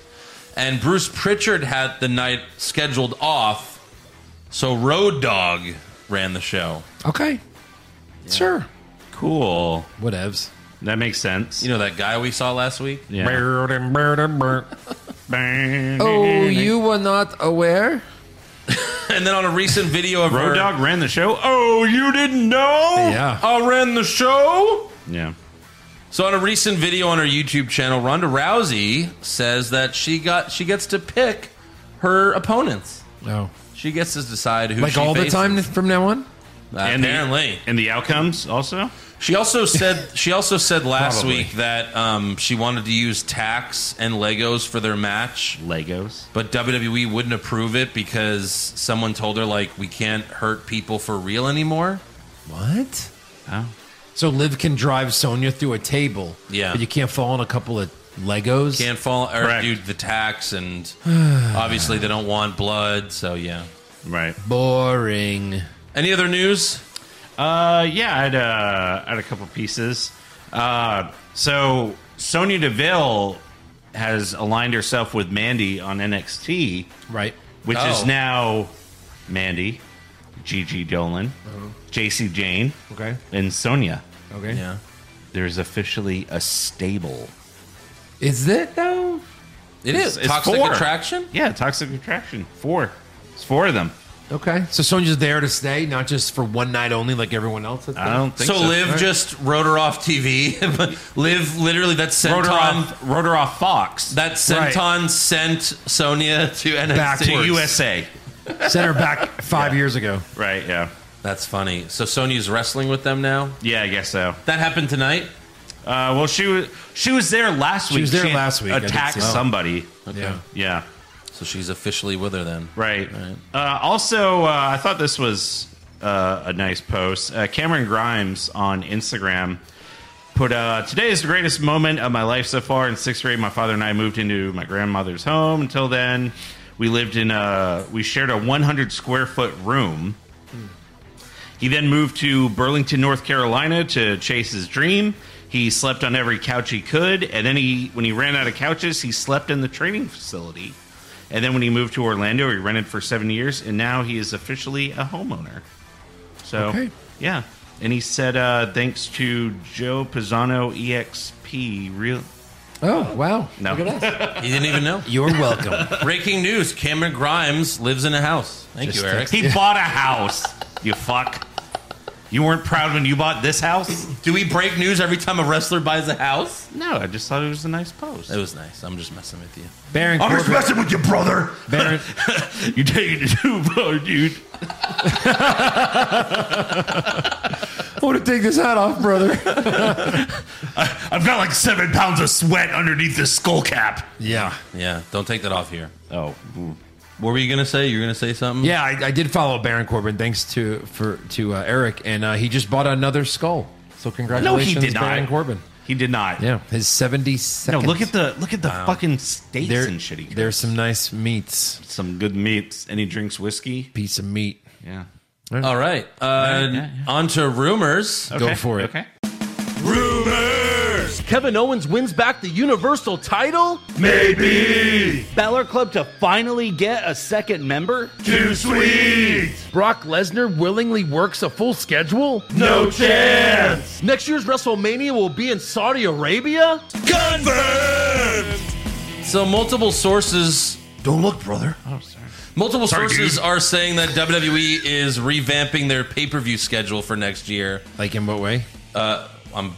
S4: and Bruce Pritchard had the night scheduled off, so Road Dog ran the show.
S5: Okay. Sure.
S6: Cool.
S5: Whatevs.
S6: That makes sense.
S4: You know that guy we saw last week?
S6: yeah.
S5: Oh, you were not aware?
S4: And then on a recent video of her,
S6: Road Dog ran the show. Oh, you didn't know?
S5: Yeah.
S4: I ran the show.
S6: Yeah.
S4: So on a recent video on her YouTube channel, Ronda Rousey says that she got she gets to pick her opponents.
S5: No.
S4: She gets to decide who
S5: Like
S4: she
S5: all
S4: faces.
S5: the time from now on?
S4: Uh,
S6: And the-
S4: apparently,
S6: and the outcomes also.
S4: she also said she also said last
S5: Probably.
S4: week that um, she wanted to use tacks and Legos for their match,
S6: Legos.
S4: but WWE wouldn't approve it because someone told her like we can't hurt people for real anymore.
S5: What?
S6: Oh.
S5: So Liv can drive Sonya through a table.
S4: Yeah.
S5: But you can't fall on a couple of Legos?
S4: can't fall or
S6: Correct.
S4: do the tax and obviously they don't want blood so yeah
S6: Right.
S5: Boring.
S4: any other news
S6: Uh, yeah, I had, uh, I had a couple pieces. Uh, so Sonya Deville has aligned herself with Mandy on NXT,
S5: Right.
S6: which
S4: Oh.
S6: is now Mandy, Gigi Dolan,
S4: Uh-huh.
S6: JC Jane,
S5: Okay.
S6: and Sonya.
S5: Okay.
S4: yeah
S6: There's officially a stable.
S5: Is it though?
S4: it is
S6: It's
S4: toxic
S6: four.
S4: attraction
S6: Yeah, Toxic Attraction. Four. It's four of them.
S5: Okay. So Sonya's there to stay, not just for one night only like everyone else. that's
S6: I
S5: there?
S6: don't think
S4: so
S6: so.
S4: liv just wrote her off tv but liv literally that
S6: wrote her
S4: centon
S6: off, wrote her off Fox.
S4: that centon sent sonia to nxt
S6: to USA.
S5: Sent her back five years ago.
S6: Right, yeah.
S4: that's funny so sonia's wrestling with them now
S6: Yeah, I guess so.
S4: that happened tonight
S6: Uh, well, she was she was there last week.
S5: was there
S6: had
S5: last week. I did
S6: Attacked
S5: see that. Oh,
S6: somebody.
S5: Yeah.
S6: Yeah,
S4: so she's officially with her then
S6: right. Uh, also, uh, I thought this was uh, a nice post. Uh, Cameron Grimes on Instagram put uh, today is the greatest moment of my life so far. In sixth grade, my father and I moved into my grandmother's home. Until then, we lived in a we shared a 100 square foot room. He then moved to Burlington, North Carolina to chase his dream. He slept on every couch he could, and then he when he ran out of couches, he slept in the training facility. And then when he moved to Orlando, he rented for 7 years and now he is officially a homeowner. So,
S5: Okay.
S6: yeah. And he said uh, thanks to Joe Pisano EXP real
S5: Oh wow.
S6: No.
S5: Look at that.
S4: you didn't even know
S5: You're welcome.
S4: breaking news cameron grimes lives in a house thank
S5: Just
S4: you eric
S6: He bought a house. You fuck. You weren't proud when you bought this house?
S4: do we break news every time a wrestler buys a house
S6: No, I just thought it was a nice post.
S4: It was nice. I'm just messing with you.
S5: Baron
S8: I'm just
S5: Corbin.
S8: messing with you, brother.
S5: Baron,
S6: You take it too far, dude.
S5: I want to take this hat off, brother.
S8: I've got like seven pounds of sweat underneath this skull cap.
S5: yeah.
S4: Yeah, don't take that off here.
S6: Oh, ooh.
S4: What were you gonna say? You were gonna say something?
S5: Yeah, I, I did follow Baron Corbin. Thanks to for to uh, Eric, and uh, he just bought another skull. So congratulations,
S6: did not.
S5: Baron Corbin.
S6: he did not.
S5: Yeah, his seventy
S6: No,
S5: seconds.
S6: look at the look at the fucking steaks
S5: there,
S6: and shit. He
S5: There's some nice meats.
S6: gets. some good meats, and he drinks whiskey.
S5: Piece of meat.
S6: Yeah.
S4: All right. Uh,
S6: Yeah, yeah, yeah.
S4: On to rumors.
S5: Go for it.
S6: Okay.
S11: Kevin Owens wins back the Universal title?
S8: Maybe
S11: Balor Club to finally get a second member?
S8: too sweet.
S11: Brock Lesnar willingly works a full schedule?
S8: No chance.
S11: Next year's WrestleMania will be in Saudi Arabia?
S4: So multiple sources,
S8: Don't look, brother.
S6: Oh,
S4: multiple
S8: Sorry,
S4: sources
S8: dude.
S4: are saying that WWE is revamping their pay per view schedule for next year.
S5: Like in what way?
S4: I'm,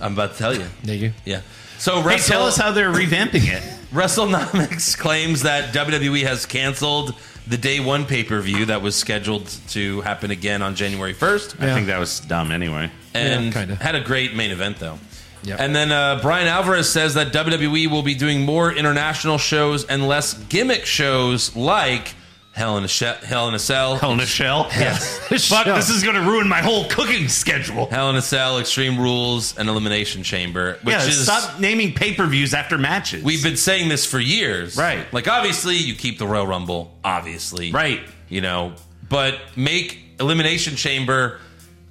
S4: I'm about to tell you.
S5: Thank you.
S4: Yeah. So
S6: Hey,
S4: Wrestle,
S6: tell us how they're revamping it.
S4: WrestleNomics claims that WWE has canceled the day one pay per view that was scheduled to happen again on January 1st.
S6: I think that was dumb anyway.
S4: and
S5: kinda.
S4: had a great main event though.
S5: Yep.
S4: And then uh, Brian Alvarez says that WWE will be doing more international shows and less gimmick shows like Hell in a, She- Hell in a Cell,
S8: Hell in a shell. Yes. Fuck, this is gonna ruin my whole cooking schedule.
S4: Hell in a Cell, Extreme Rules, and Elimination Chamber, which
S6: yeah,
S4: is
S6: stop naming pay per views after matches.
S4: we've been saying this for years,
S6: Right.
S4: Like obviously you keep the Royal Rumble, obviously,
S6: Right.
S4: You know, but make Elimination Chamber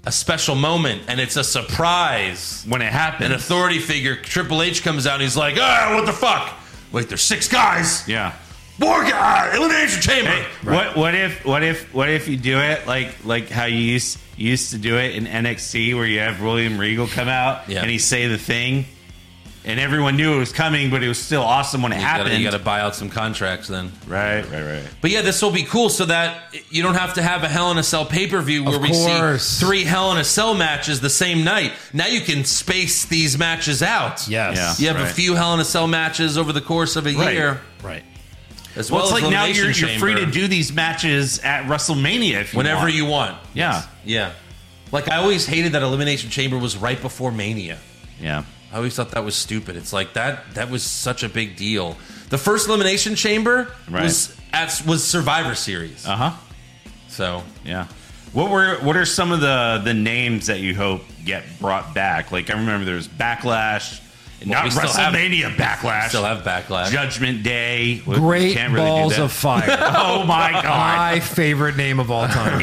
S4: a special moment, and it's a surprise
S6: when it happened.
S4: an authority figure. Triple H comes out and he's like, ah, what the fuck? Wait, there's six guys.
S6: yeah.
S4: More guys. Elimination Chamber.
S6: Hey, What what if what if what if you do it like like how you used used to do it in NXT where you have William Regal come out
S4: Yeah.
S6: and he say the thing, and everyone knew it was coming, but it was still awesome when it
S4: You
S6: happened.
S4: gotta, you gotta buy out some contracts then.
S6: right, right, right.
S4: But yeah, this will be cool so that you don't have to have a Hell in a Cell pay per view where we
S5: course.
S4: see three Hell in a Cell matches the same night. Now you can space these matches out.
S5: Yes.
S4: You have a
S6: Right.
S4: few Hell in a Cell matches over the course of a
S6: Right.
S4: year.
S5: Right.
S4: As
S6: Well,
S4: well,
S6: it's
S4: as
S6: like now
S4: Elimination
S6: you're, you're free to
S4: Chamber.
S6: do these matches at WrestleMania if you
S4: whenever
S6: want.
S4: you want.
S6: Yeah.
S4: Yeah. Like I always hated that Elimination Chamber was right before Mania.
S6: yeah.
S4: I always thought that was stupid. It's like that that was such a big deal. The first elimination chamber
S6: Right.
S4: was at, was Survivor Series.
S6: Uh huh.
S4: so
S6: Yeah. What were what are some of the the names that you hope get brought back? Like I remember there was Backlash, and
S4: Well,
S6: not
S4: we still have-
S6: WrestleMania Backlash,
S4: still have backlash.
S6: Judgment Day. We
S5: Great
S6: can't really do
S5: balls
S6: that.
S5: of fire.
S6: Oh my god!
S5: My favorite name of all time.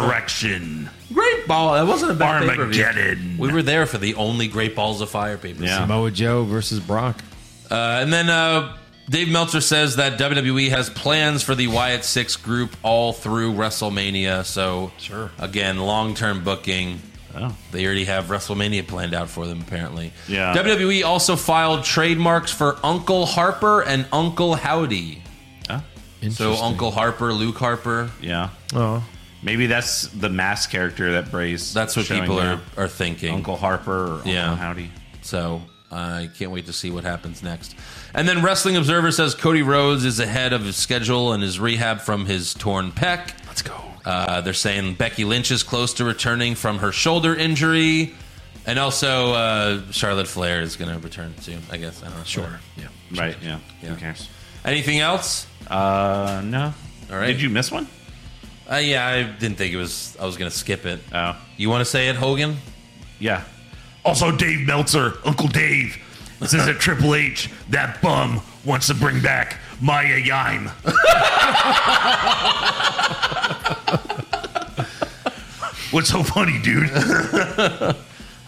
S7: Insurrection.
S4: Great ball. That wasn't a bad pay-per-view.
S7: Armageddon.
S4: We were there for the only Great Balls of Fire paper.
S6: Yeah.
S5: Samoa Joe versus Brock.
S4: Uh, and then uh, Dave Meltzer says that WWE has plans for the Wyatt Six group all through WrestleMania. So
S5: Sure.
S4: again, long term booking.
S6: Oh.
S4: They already have WrestleMania planned out for them, apparently.
S6: Yeah.
S4: WWE also filed trademarks for Uncle Harper and Uncle Howdy.
S6: Huh?
S4: So Uncle Harper, Luke Harper.
S6: Yeah.
S5: Oh.
S6: Maybe that's the mask character that Bray's.
S4: That's what
S6: showing
S4: people are,
S6: now.
S4: are thinking.
S6: Uncle Harper or Uncle
S4: Yeah.
S6: Howdy.
S4: So I can't wait to see what happens next. And then Wrestling Observer says Cody Rhodes is ahead of his schedule and his rehab from his torn pec. Let's go. Uh, they're saying Becky Lynch is close to returning from her shoulder injury. And also, uh, Charlotte Flair is going to return soon, I guess. I don't know. Sure.
S5: Yeah.
S6: Right. Yeah.
S4: Yeah.
S6: Who cares?
S4: Anything else?
S6: Uh, no.
S4: All right.
S6: Did you miss one?
S4: Uh, yeah, I didn't think it was. I was going to skip it.
S6: Oh.
S4: You want to say it, Hogan?
S6: Yeah.
S7: Also, Dave Meltzer, Uncle Dave, says that Triple H, that bum, wants to bring back Maya Yime. What's so funny, dude?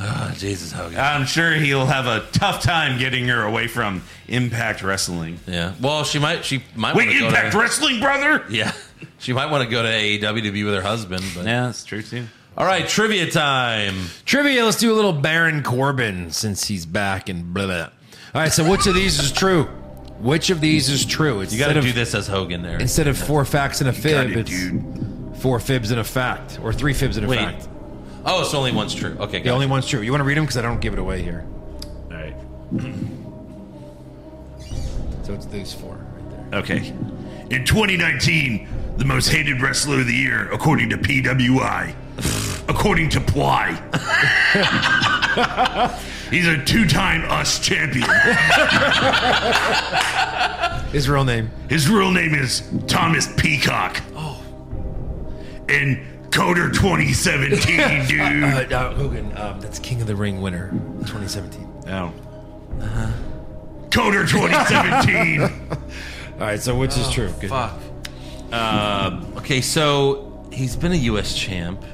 S4: Oh, Jesus, Hogan.
S6: I'm sure he'll have a tough time getting her away from Impact Wrestling.
S4: yeah. Well, she might. She might.
S7: Wait,
S4: wanna go to-
S7: Impact Wrestling, brother?
S4: Yeah. She might want to go to AEW to be with her husband. But.
S6: Yeah, that's true too.
S4: All right, trivia time.
S5: Trivia, let's do a little Baron Corbin since he's back and blah blah. All right, so which of these is true? Which of these is true? Instead
S4: You got to
S5: of,
S4: do this as Hogan there.
S5: Instead of four facts and a fib, it's four fibs and a fact, or three fibs and a
S4: Wait.
S5: fact.
S4: Oh, so only one's true. Okay,
S5: The
S4: gotcha.
S5: only one's true. You want to read them because I don't give it away here.
S6: All right.
S5: So it's these four right there.
S6: Okay.
S7: In 2019, the most hated wrestler of the year, according to PWI, according to Ply. He's a two time US champion.
S5: His real name.
S7: His real name is Thomas Peacock. Oh. And Coder 2017, dude.
S5: uh, Hogan, um, that's King of the Ring winner, 2017.
S6: Oh.
S4: Uh-huh.
S7: Coder 2017.
S5: All right, so which is true? Good.
S4: Fuck. Um, okay, so he's been a U.S. champ.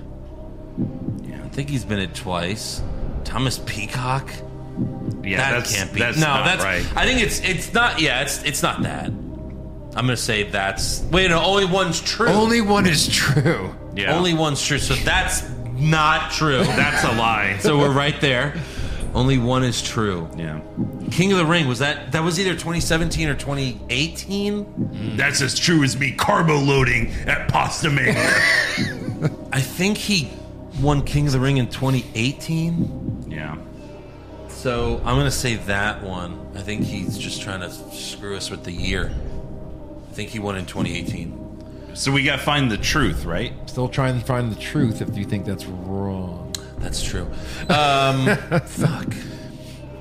S4: Yeah, I think he's been it twice. Thomas Peacock.
S6: Yeah,
S4: that
S6: that's,
S4: can't be.
S6: That's
S4: no,
S6: not
S4: that's.
S6: right.
S4: I think it's it's not. Yeah, it's it's not that. I'm gonna say that's. Wait, no, only one's true.
S5: Only one is true.
S6: Yeah.
S4: only one's true. So that's not true.
S6: that's a lie.
S4: so we're right there. Only one is true.
S6: Yeah.
S4: King of the Ring was that that was either 2017 or 2018.
S7: That's as true as me carbo loading at Pasta Mania.
S4: I think he won King of the Ring in 2018.
S6: Yeah.
S4: So I'm gonna say that one. I think he's just trying to screw us with the year. I think he won in 2018.
S6: So we gotta find the truth, right?
S5: Still trying to find the truth if you think that's wrong.
S4: That's true. Um, fuck.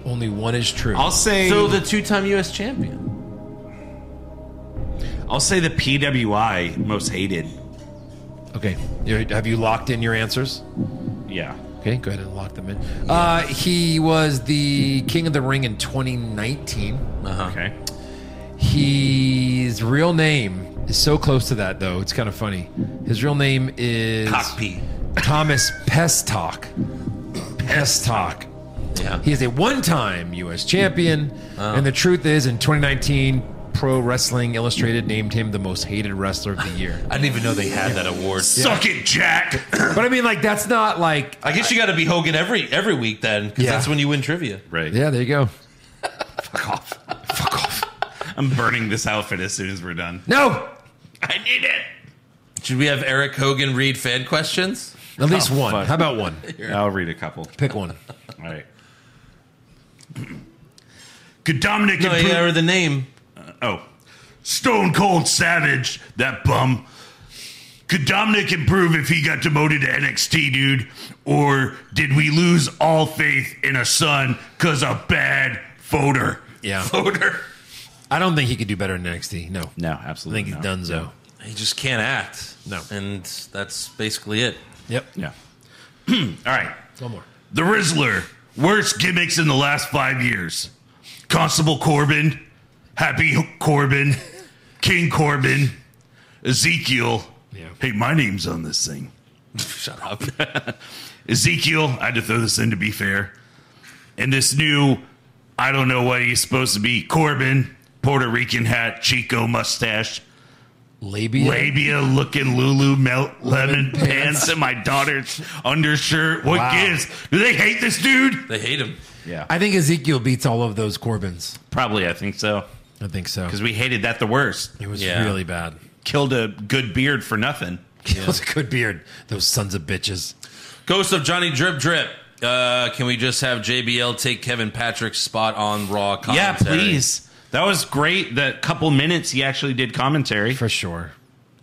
S5: Only one is true.
S6: I'll say
S4: So the two-time U.S. champion.
S6: I'll say the PWI most hated.
S5: okay. You- Have you locked in your answers?
S6: Yeah.
S5: Okay, go ahead and lock them in. Uh, he was the King of the Ring in 2019.
S4: Uh-huh.
S6: Okay.
S5: His real name is so close to that, though. It's kind of funny. His real name is
S4: Cockpit.
S5: Thomas Pestok. Pestok.
S4: Yeah.
S5: He is a one time U.S. champion. And the truth is, in 2019, Pro Wrestling Illustrated named him the most hated wrestler of the year.
S4: I didn't even know they had that award.
S7: Suck it, Jack.
S5: but I mean, like, that's not like.
S4: I guess you got to be Hogan every every week then, because
S5: Yeah.
S4: that's when you win trivia.
S6: Right.
S5: Yeah, there you go.
S6: I'm burning this outfit as soon as we're done.
S5: No!
S6: I need it.
S4: Should we have Eric Hogan read fan questions?
S5: At least
S6: Oh,
S5: one.
S6: fuck.
S5: How about one?
S6: I'll read a couple.
S5: Pick one.
S6: All right.
S7: Could Dominic
S4: No,
S7: and
S4: yeah,
S7: Poot-
S4: or the name.
S6: Oh,
S7: Stone Cold Savage, that bum. Could Dominic improve if he got demoted to NXT, dude? Or did we lose all faith in a son because a bad voter?
S5: Yeah.
S4: Voter.
S5: I don't think he could do better in NXT. No.
S6: no,
S5: I
S6: absolutely.
S5: think he's
S6: no.
S5: done so.
S4: He just can't act.
S5: No.
S4: And that's basically it.
S5: Yep.
S6: Yeah. All right.
S5: One more.
S7: The Rizzler, worst gimmicks in the last five years. Constable Corbin, Happy Corbin, King Corbin, Ezekiel.
S5: Yeah.
S7: Hey, my name's on this thing.
S4: Shut up.
S7: Ezekiel, I had to throw this in to be fair. And this new, I don't know what he's supposed to be, Corbin, Puerto Rican hat, Chico mustache,
S5: Labia.
S7: labia looking Lulu melt lemon
S5: pants.
S7: pants, and my daughter's undershirt. What
S5: Wow.
S7: gives? Do they hate this dude?
S4: They hate him.
S6: Yeah.
S5: I think Ezekiel beats all of those Corbins.
S6: Probably. I think so.
S5: I think so.
S6: Because we hated that the worst.
S5: It was
S4: Yeah.
S5: really bad.
S6: Killed a good beard for nothing.
S5: It was a good beard. Those sons of bitches.
S4: Ghost of Johnny Drip Drip. Uh, can we just have JBL take Kevin Patrick's spot on Raw commentary?
S6: Yeah, please. That was great. That couple minutes he actually did commentary.
S5: For sure.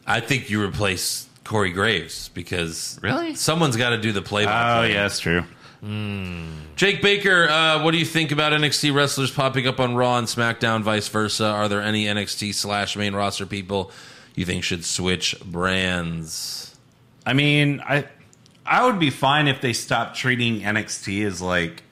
S4: I think you replace Corey Graves because
S6: Really?
S4: someone's got to do the play.
S6: Oh, yeah, that's true.
S4: Jake Baker, uh, what do you think about NXT wrestlers popping up on Raw and SmackDown, vice versa? Are there any NXT slash main roster people you think should switch brands?
S6: I mean, I I would be fine if they stopped treating NXT as like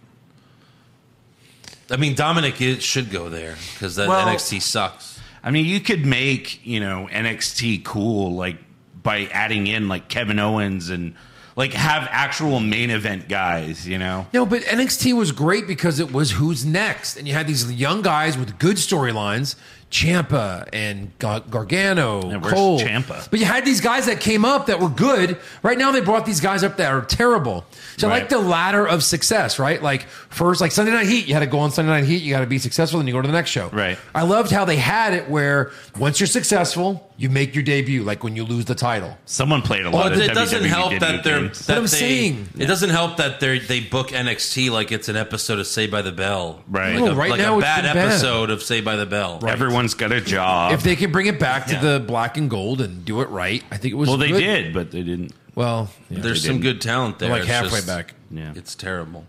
S4: I mean, Dominic it should go there because that
S6: Well-
S4: NXT sucks.
S6: I mean, you could make, you know, NXT cool like by adding in like Kevin Owens and like have actual main event guys, you know.
S5: No, but NXT was great because it was who's next. And you had these young guys with good storylines Champa and Gar- Gargano,
S6: And where's
S5: Cole.
S6: Ciampa?
S5: But you had these guys that came up that were good. Right now, they brought these guys up that are terrible. So I
S6: Right.
S5: like the ladder of success, right? Like first, like Sunday Night Heat, you had to go on Sunday Night Heat, you got to be successful, then you go to the next show.
S6: Right.
S5: I loved how they had it where once you're successful, you make your debut, like when you lose the title.
S6: Someone played a lot
S4: Well,
S6: of
S4: it,
S6: WWE
S4: doesn't help that they're.
S6: E games.
S4: that
S5: But I'm
S4: they-
S5: saying-
S4: it doesn't help that they they book NXT like it's an episode of Say by the Bell,
S6: Right.
S4: Like
S5: No,
S4: a,
S5: right
S4: like
S5: now
S4: a
S5: it's
S4: bad
S5: been bad.
S4: episode of Say by the Bell.
S6: Everyone's got a job.
S5: If they can bring it back to
S4: Yeah.
S5: the black and gold and do it right, I think it was
S6: well, they
S5: good.
S6: did, but they didn't.
S5: Well, yeah.
S4: There's
S6: they
S4: some
S6: didn't.
S4: good talent there.
S5: Like
S4: It's
S5: halfway back.
S6: Yeah.
S4: It's terrible.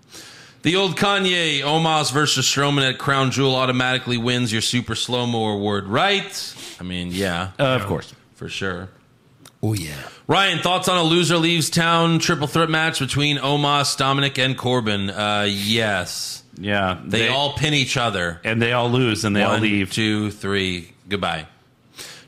S4: The old Kanye, Omos versus Strowman at Crown Jewel automatically wins your Super Slow Mo award, right? I mean, yeah,
S6: Uh, Of course.
S4: for sure.
S5: oh yeah.
S4: Ryan, thoughts on a loser leaves town triple threat match between Omos, Dominic, and Corbin? Uh, yes.
S6: Yeah.
S4: They, all pin each other.
S6: and they all lose and they all
S4: One,
S6: leave.
S4: two, three. Goodbye.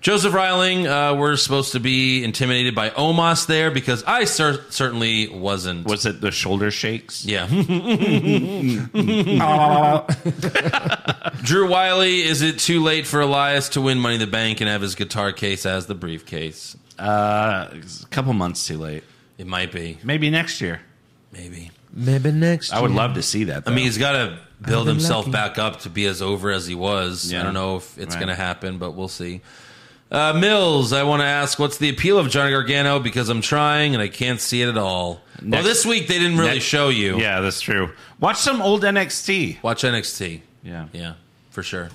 S4: Joseph Ryling, uh, we're supposed to be intimidated by Omos there because I cer- certainly wasn't.
S6: Was it the shoulder shakes?
S4: Yeah.
S5: Uh,
S4: Drew Wiley, is it too late for Elias to win Money in the Bank and have his guitar case as the briefcase?
S6: Uh, it's a couple months too late.
S4: It might be.
S6: Maybe next year.
S4: Maybe.
S5: Maybe next.
S6: I would love to see that.
S4: I mean,
S6: though.
S4: he's got to build himself back up to be as over as he was. I
S6: Yeah.
S4: don't know if it's
S6: Right.
S4: going to happen, but we'll see. Uh, Mills, I want to ask, what's the appeal of Johnny Gargano? Because I'm trying and I can't see it at all. well,
S6: Next-
S4: this week they didn't really
S6: next-
S4: show you.
S6: yeah, that's true. Watch some old NXT.
S4: Watch NXT.
S6: Yeah.
S4: Yeah, for sure.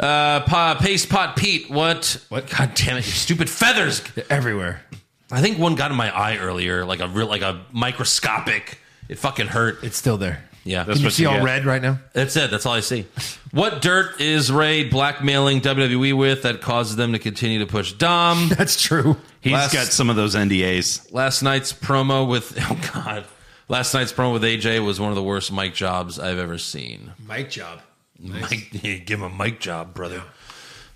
S4: Uh, pa- Paste Pot Pete, what?
S5: What?
S4: God damn it! Your stupid feathers.
S5: everywhere.
S4: I think one got in my eye earlier, like a real, like a microscopic. It fucking hurt.
S5: It's still there.
S4: Yeah.
S6: That's
S5: Can you
S6: what
S5: see
S6: you
S5: all
S6: get.
S5: red right now?
S4: That's it. That's all I see. What dirt is Ray blackmailing WWE with that causes them to continue to push Dom?
S5: That's true.
S6: He's
S4: Last-
S6: got some of those NDAs.
S4: Last night's promo with oh god, last night's promo with AJ was one of the worst mic jobs I've ever seen.
S12: Mike job.
S4: Mike, give him a mic job, brother.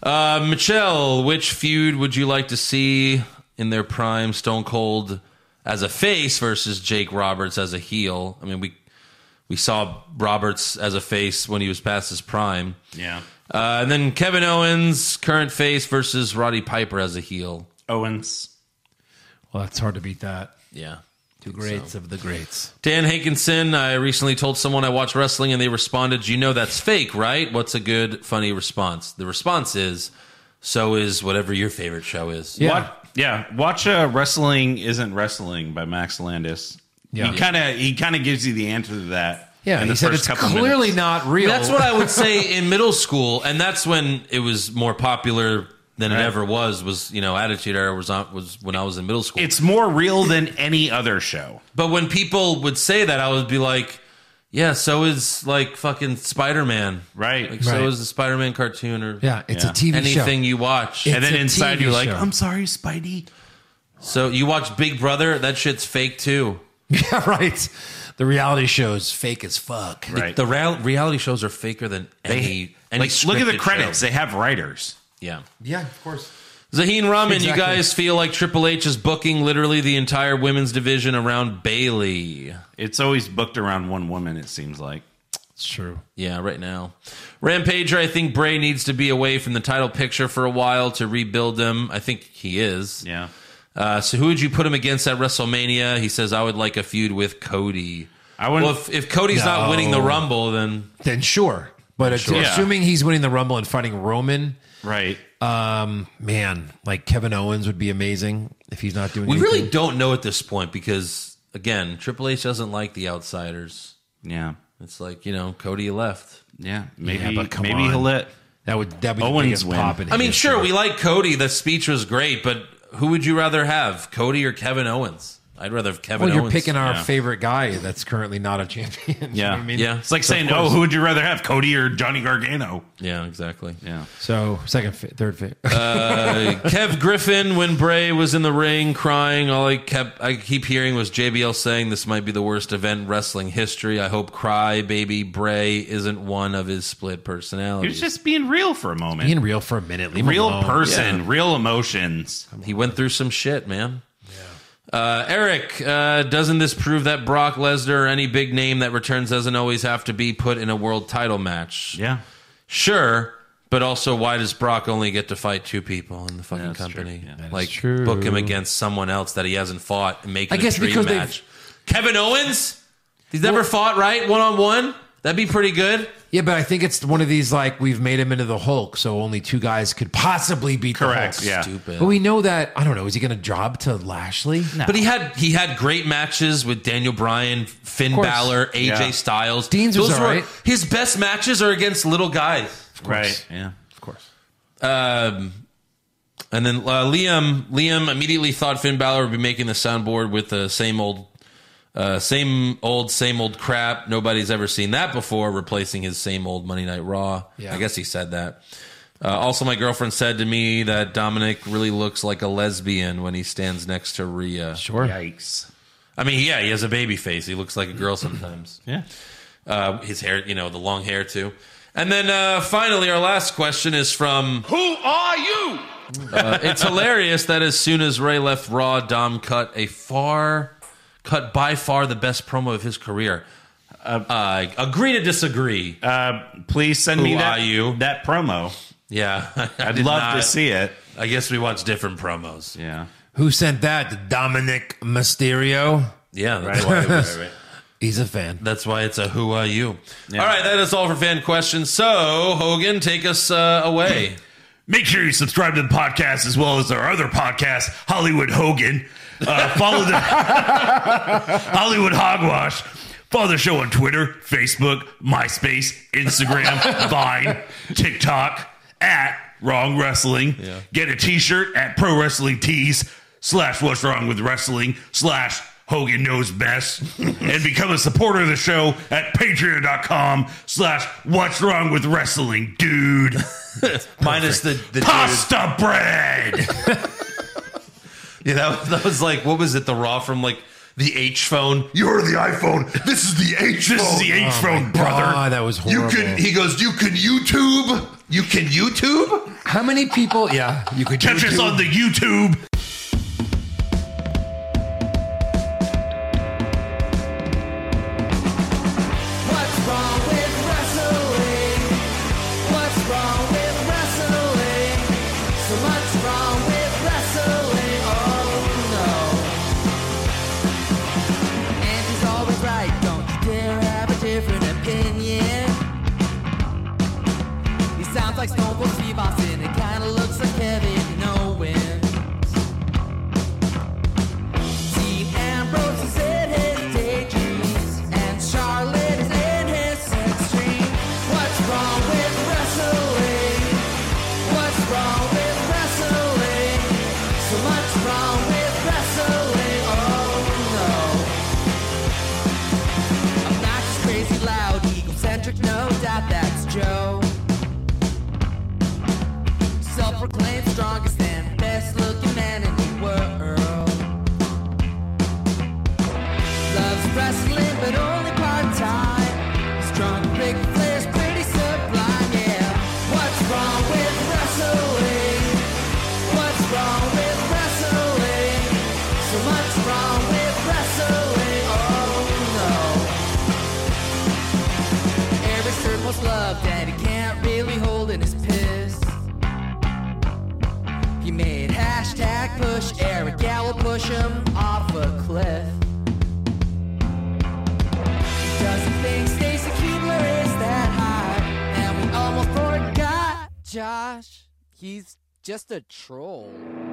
S4: Uh, Michelle, which feud would you like to see in their prime? Stone Cold as a face versus Jake Roberts as a heel. I mean, we we saw Roberts as a face when he was past his prime.
S6: Yeah.
S4: Uh, and then Kevin Owens, current face versus Roddy Piper as a heel.
S6: Owens.
S5: Well, that's hard to beat that.
S4: Yeah.
S5: The greats of the greats.
S4: Dan Hankinson, I recently told someone I watch wrestling and they responded, You know that's fake, right? What's a good, funny response? The response is, So is whatever your favorite show is.
S5: Yeah.
S6: What? Yeah. Watch uh, "Wrestling Isn't Wrestling" by Max Landis.
S5: Yeah.
S6: He kind of he kind of gives you the answer to that.
S5: Yeah,
S6: in
S5: he
S6: the
S5: said
S6: first
S5: it's
S6: couple
S5: clearly
S6: minutes.
S5: not real.
S4: That's what I would say in middle school, and that's when it was more popular than
S6: Right.
S4: it ever was. Was you know, Attitude Era was on, was when I was in middle school.
S6: It's more real than any other show.
S4: But when people would say that, I would be like, yeah, so is like fucking Spider Man.
S6: Right.
S4: Like, so
S5: Right.
S4: is the Spider Man cartoon or
S5: Yeah, it's
S6: Yeah.
S5: a TV show.
S4: anything you watch.
S5: It's
S6: and then
S5: a
S6: inside
S5: TV
S6: you're like,
S5: show.
S6: "I'm sorry, Spidey."
S4: so you watch Big Brother, that shit's fake too.
S5: Yeah, right. The reality show is fake as fuck.
S6: Right.
S4: The real- reality shows are faker than any. any
S6: like, look at
S4: scripted
S6: the
S4: show.
S6: credits. They have writers.
S4: Yeah.
S5: Yeah, of course.
S4: Zaheen Rahman, you
S5: Exactly.
S4: guys feel like Triple H is booking literally the entire women's division around Bailey.
S6: It's always booked around one woman. It seems like.
S5: It's true.
S4: Yeah, right now. Rampager, I think Bray needs to be away from the title picture for a while to rebuild him. I think he is.
S6: Yeah.
S4: Uh, so who would you put him against at WrestleMania? He says I would like a feud with Cody.
S6: I wouldn't-
S4: Well, if, if Cody's not
S5: No.
S4: winning the Rumble, then
S5: Then sure. But it's,
S6: Sure.
S5: assuming he's winning the Rumble and fighting Roman,
S6: Right.
S5: um, man, like Kevin Owens would be amazing if he's not doing
S4: we
S5: anything.
S4: really don't know at this point because again, Triple H doesn't like the outsiders.
S6: Yeah.
S4: It's like you know, Cody left.
S6: Yeah. Maybe.
S5: Yeah, but come
S6: maybe
S5: on.
S6: he'll let.
S5: That would that would be
S6: Owens
S5: the biggest
S6: win.
S5: pop in
S4: I mean,
S5: history.
S4: sure, we like Cody. The speech was great, but who would you rather have, Cody or Kevin Owens? I'd rather have Kevin
S5: Well, you're
S4: Owens.
S5: picking our
S6: Yeah.
S5: favorite guy that's currently not a champion. you know
S6: Yeah.
S5: what I mean?
S4: yeah,
S6: It's like saying, "Oh, who would you rather have, Cody or Johnny Gargano?"
S4: yeah, exactly.
S6: Yeah.
S5: So second, fa- third favorite.
S6: Uh,
S4: Kev Griffin, when Bray was in the ring crying, all I kept I keep hearing was JBL saying this might be the worst event in wrestling history. I hope Cry Baby Bray isn't one of his split
S6: He
S4: personalities.
S6: was just being real for a moment.
S5: Being real for a minute, leave him
S6: real
S5: alone.
S6: person, real emotions.
S4: he went through some shit, man. Uh, Eric, uh, doesn't this prove that Brock Lesnar or any big name that returns doesn't always have to be put in a world title match?
S6: Yeah.
S4: Sure, but also why does Brock only get to fight two people in the fucking company? like
S5: true.
S4: book him against someone else that he hasn't fought and make it
S5: I guess
S4: a dream
S5: because they've-
S4: match. Kevin Owens? He's never fought, right? One on one? That'd be pretty good.
S5: Yeah, but I think it's one of these like we've made him into the Hulk, so only two guys could possibly beat
S6: Correct,
S5: the Hulk.
S6: yeah.
S4: Stupid.
S5: But we know that I don't know. Is he going to job to Lashley?
S4: But he had he had great matches with Daniel Bryan, Finn
S5: course.
S4: Balor, AJ
S6: Yeah.
S4: Styles.
S5: Dean's was
S4: were
S5: alright.
S4: his best matches are against little guys.
S6: Right. Yeah.
S5: Of course.
S4: Um, and then uh, Liam, Liam immediately thought Finn Balor would be making the soundboard with the same old, uh, same old, same old crap. Nobody's ever seen that before. Replacing his same old Monday Night Raw.
S5: Yeah.
S4: I guess he said that. Uh, also, my girlfriend said to me that Dominic really looks like a lesbian when he stands next to Rhea.
S5: Sure.
S6: Yikes.
S4: I mean, yeah, he has a baby face. He looks like a girl sometimes.
S6: Yeah.
S4: Uh, his hair, you know, the long hair too. And then uh, finally, our last question is from Uh,
S10: Who are you?
S4: it's hilarious that as soon as Ray left Raw, Dom cut a far, cut by far the best promo of his career. Uh, agree to disagree.
S6: Uh, please send me
S4: Who
S6: that
S4: are you?
S6: that promo.
S4: yeah, I
S6: I'd
S4: did
S6: love to
S4: not-
S6: see it.
S4: I guess we watched different promos.
S6: Yeah.
S5: Who sent that? Dominic Mysterio.
S4: Yeah, that's why it was.
S5: He's a fan.
S4: That's why it's a who are you. All right, that is all for fan questions. So Hogan, take us uh, away.
S7: Make sure you subscribe to the podcast as well as our other podcast, Hollywood Hogan. Uh, follow the Hollywood Hogwash. Follow the show on Twitter, Facebook, MySpace, Instagram, Vine, TikTok, at Wrong Wrestling. Get a t shirt at Pro Wrestling Tees slash What's Wrong with Wrestling slash Hogan Knows Best, and become a supporter of the show at patreon.com slash what's wrong with wrestling, dude.
S4: Minus the, the
S7: Pasta bread.
S4: dude. Yeah, that, was- that was like what was it? The raw from like the H phone.
S7: You're the iPhone. This is the H phone. This is the H phone, brother.
S12: Oh
S5: Ah,
S12: God, that was
S7: You
S12: horrible.
S7: can he goes, you can YouTube. You can YouTube?
S12: How many people? Yeah, you could
S7: Catch us on the YouTube.
S1: What's wrong with wrestling? What's wrong with wrestling? So much wrong with wrestling. Oh no. And she's always right. Don't you dare have a different opinion. He sounds like Stone Cold Steve Austin. It kinda looks like Kevin Owens. Steve Ambrose is in his daydreams, and Charlotte is in his sex dream. What's wrong with wrestling? What's wrong with wrestling? So much wrong with wrestling. Oh no! Obnoxious, crazy, loud, egocentric, no doubt that's Joe. Self-proclaimed strongest and best-looking man in the world. Loves wrestling, but only part time. Strong big players, pretty sublime, yeah. What's wrong with wrestling? What's wrong with wrestling? So much wrong with wrestling, oh no. Every circle's love that he can't really hold in his piss. He made hashtag push Eric Gallo push him off a cliff. Doesn't think Stacy Kubler is that hot, and we almost forgot Josh. He's just a troll. Oh, Oh,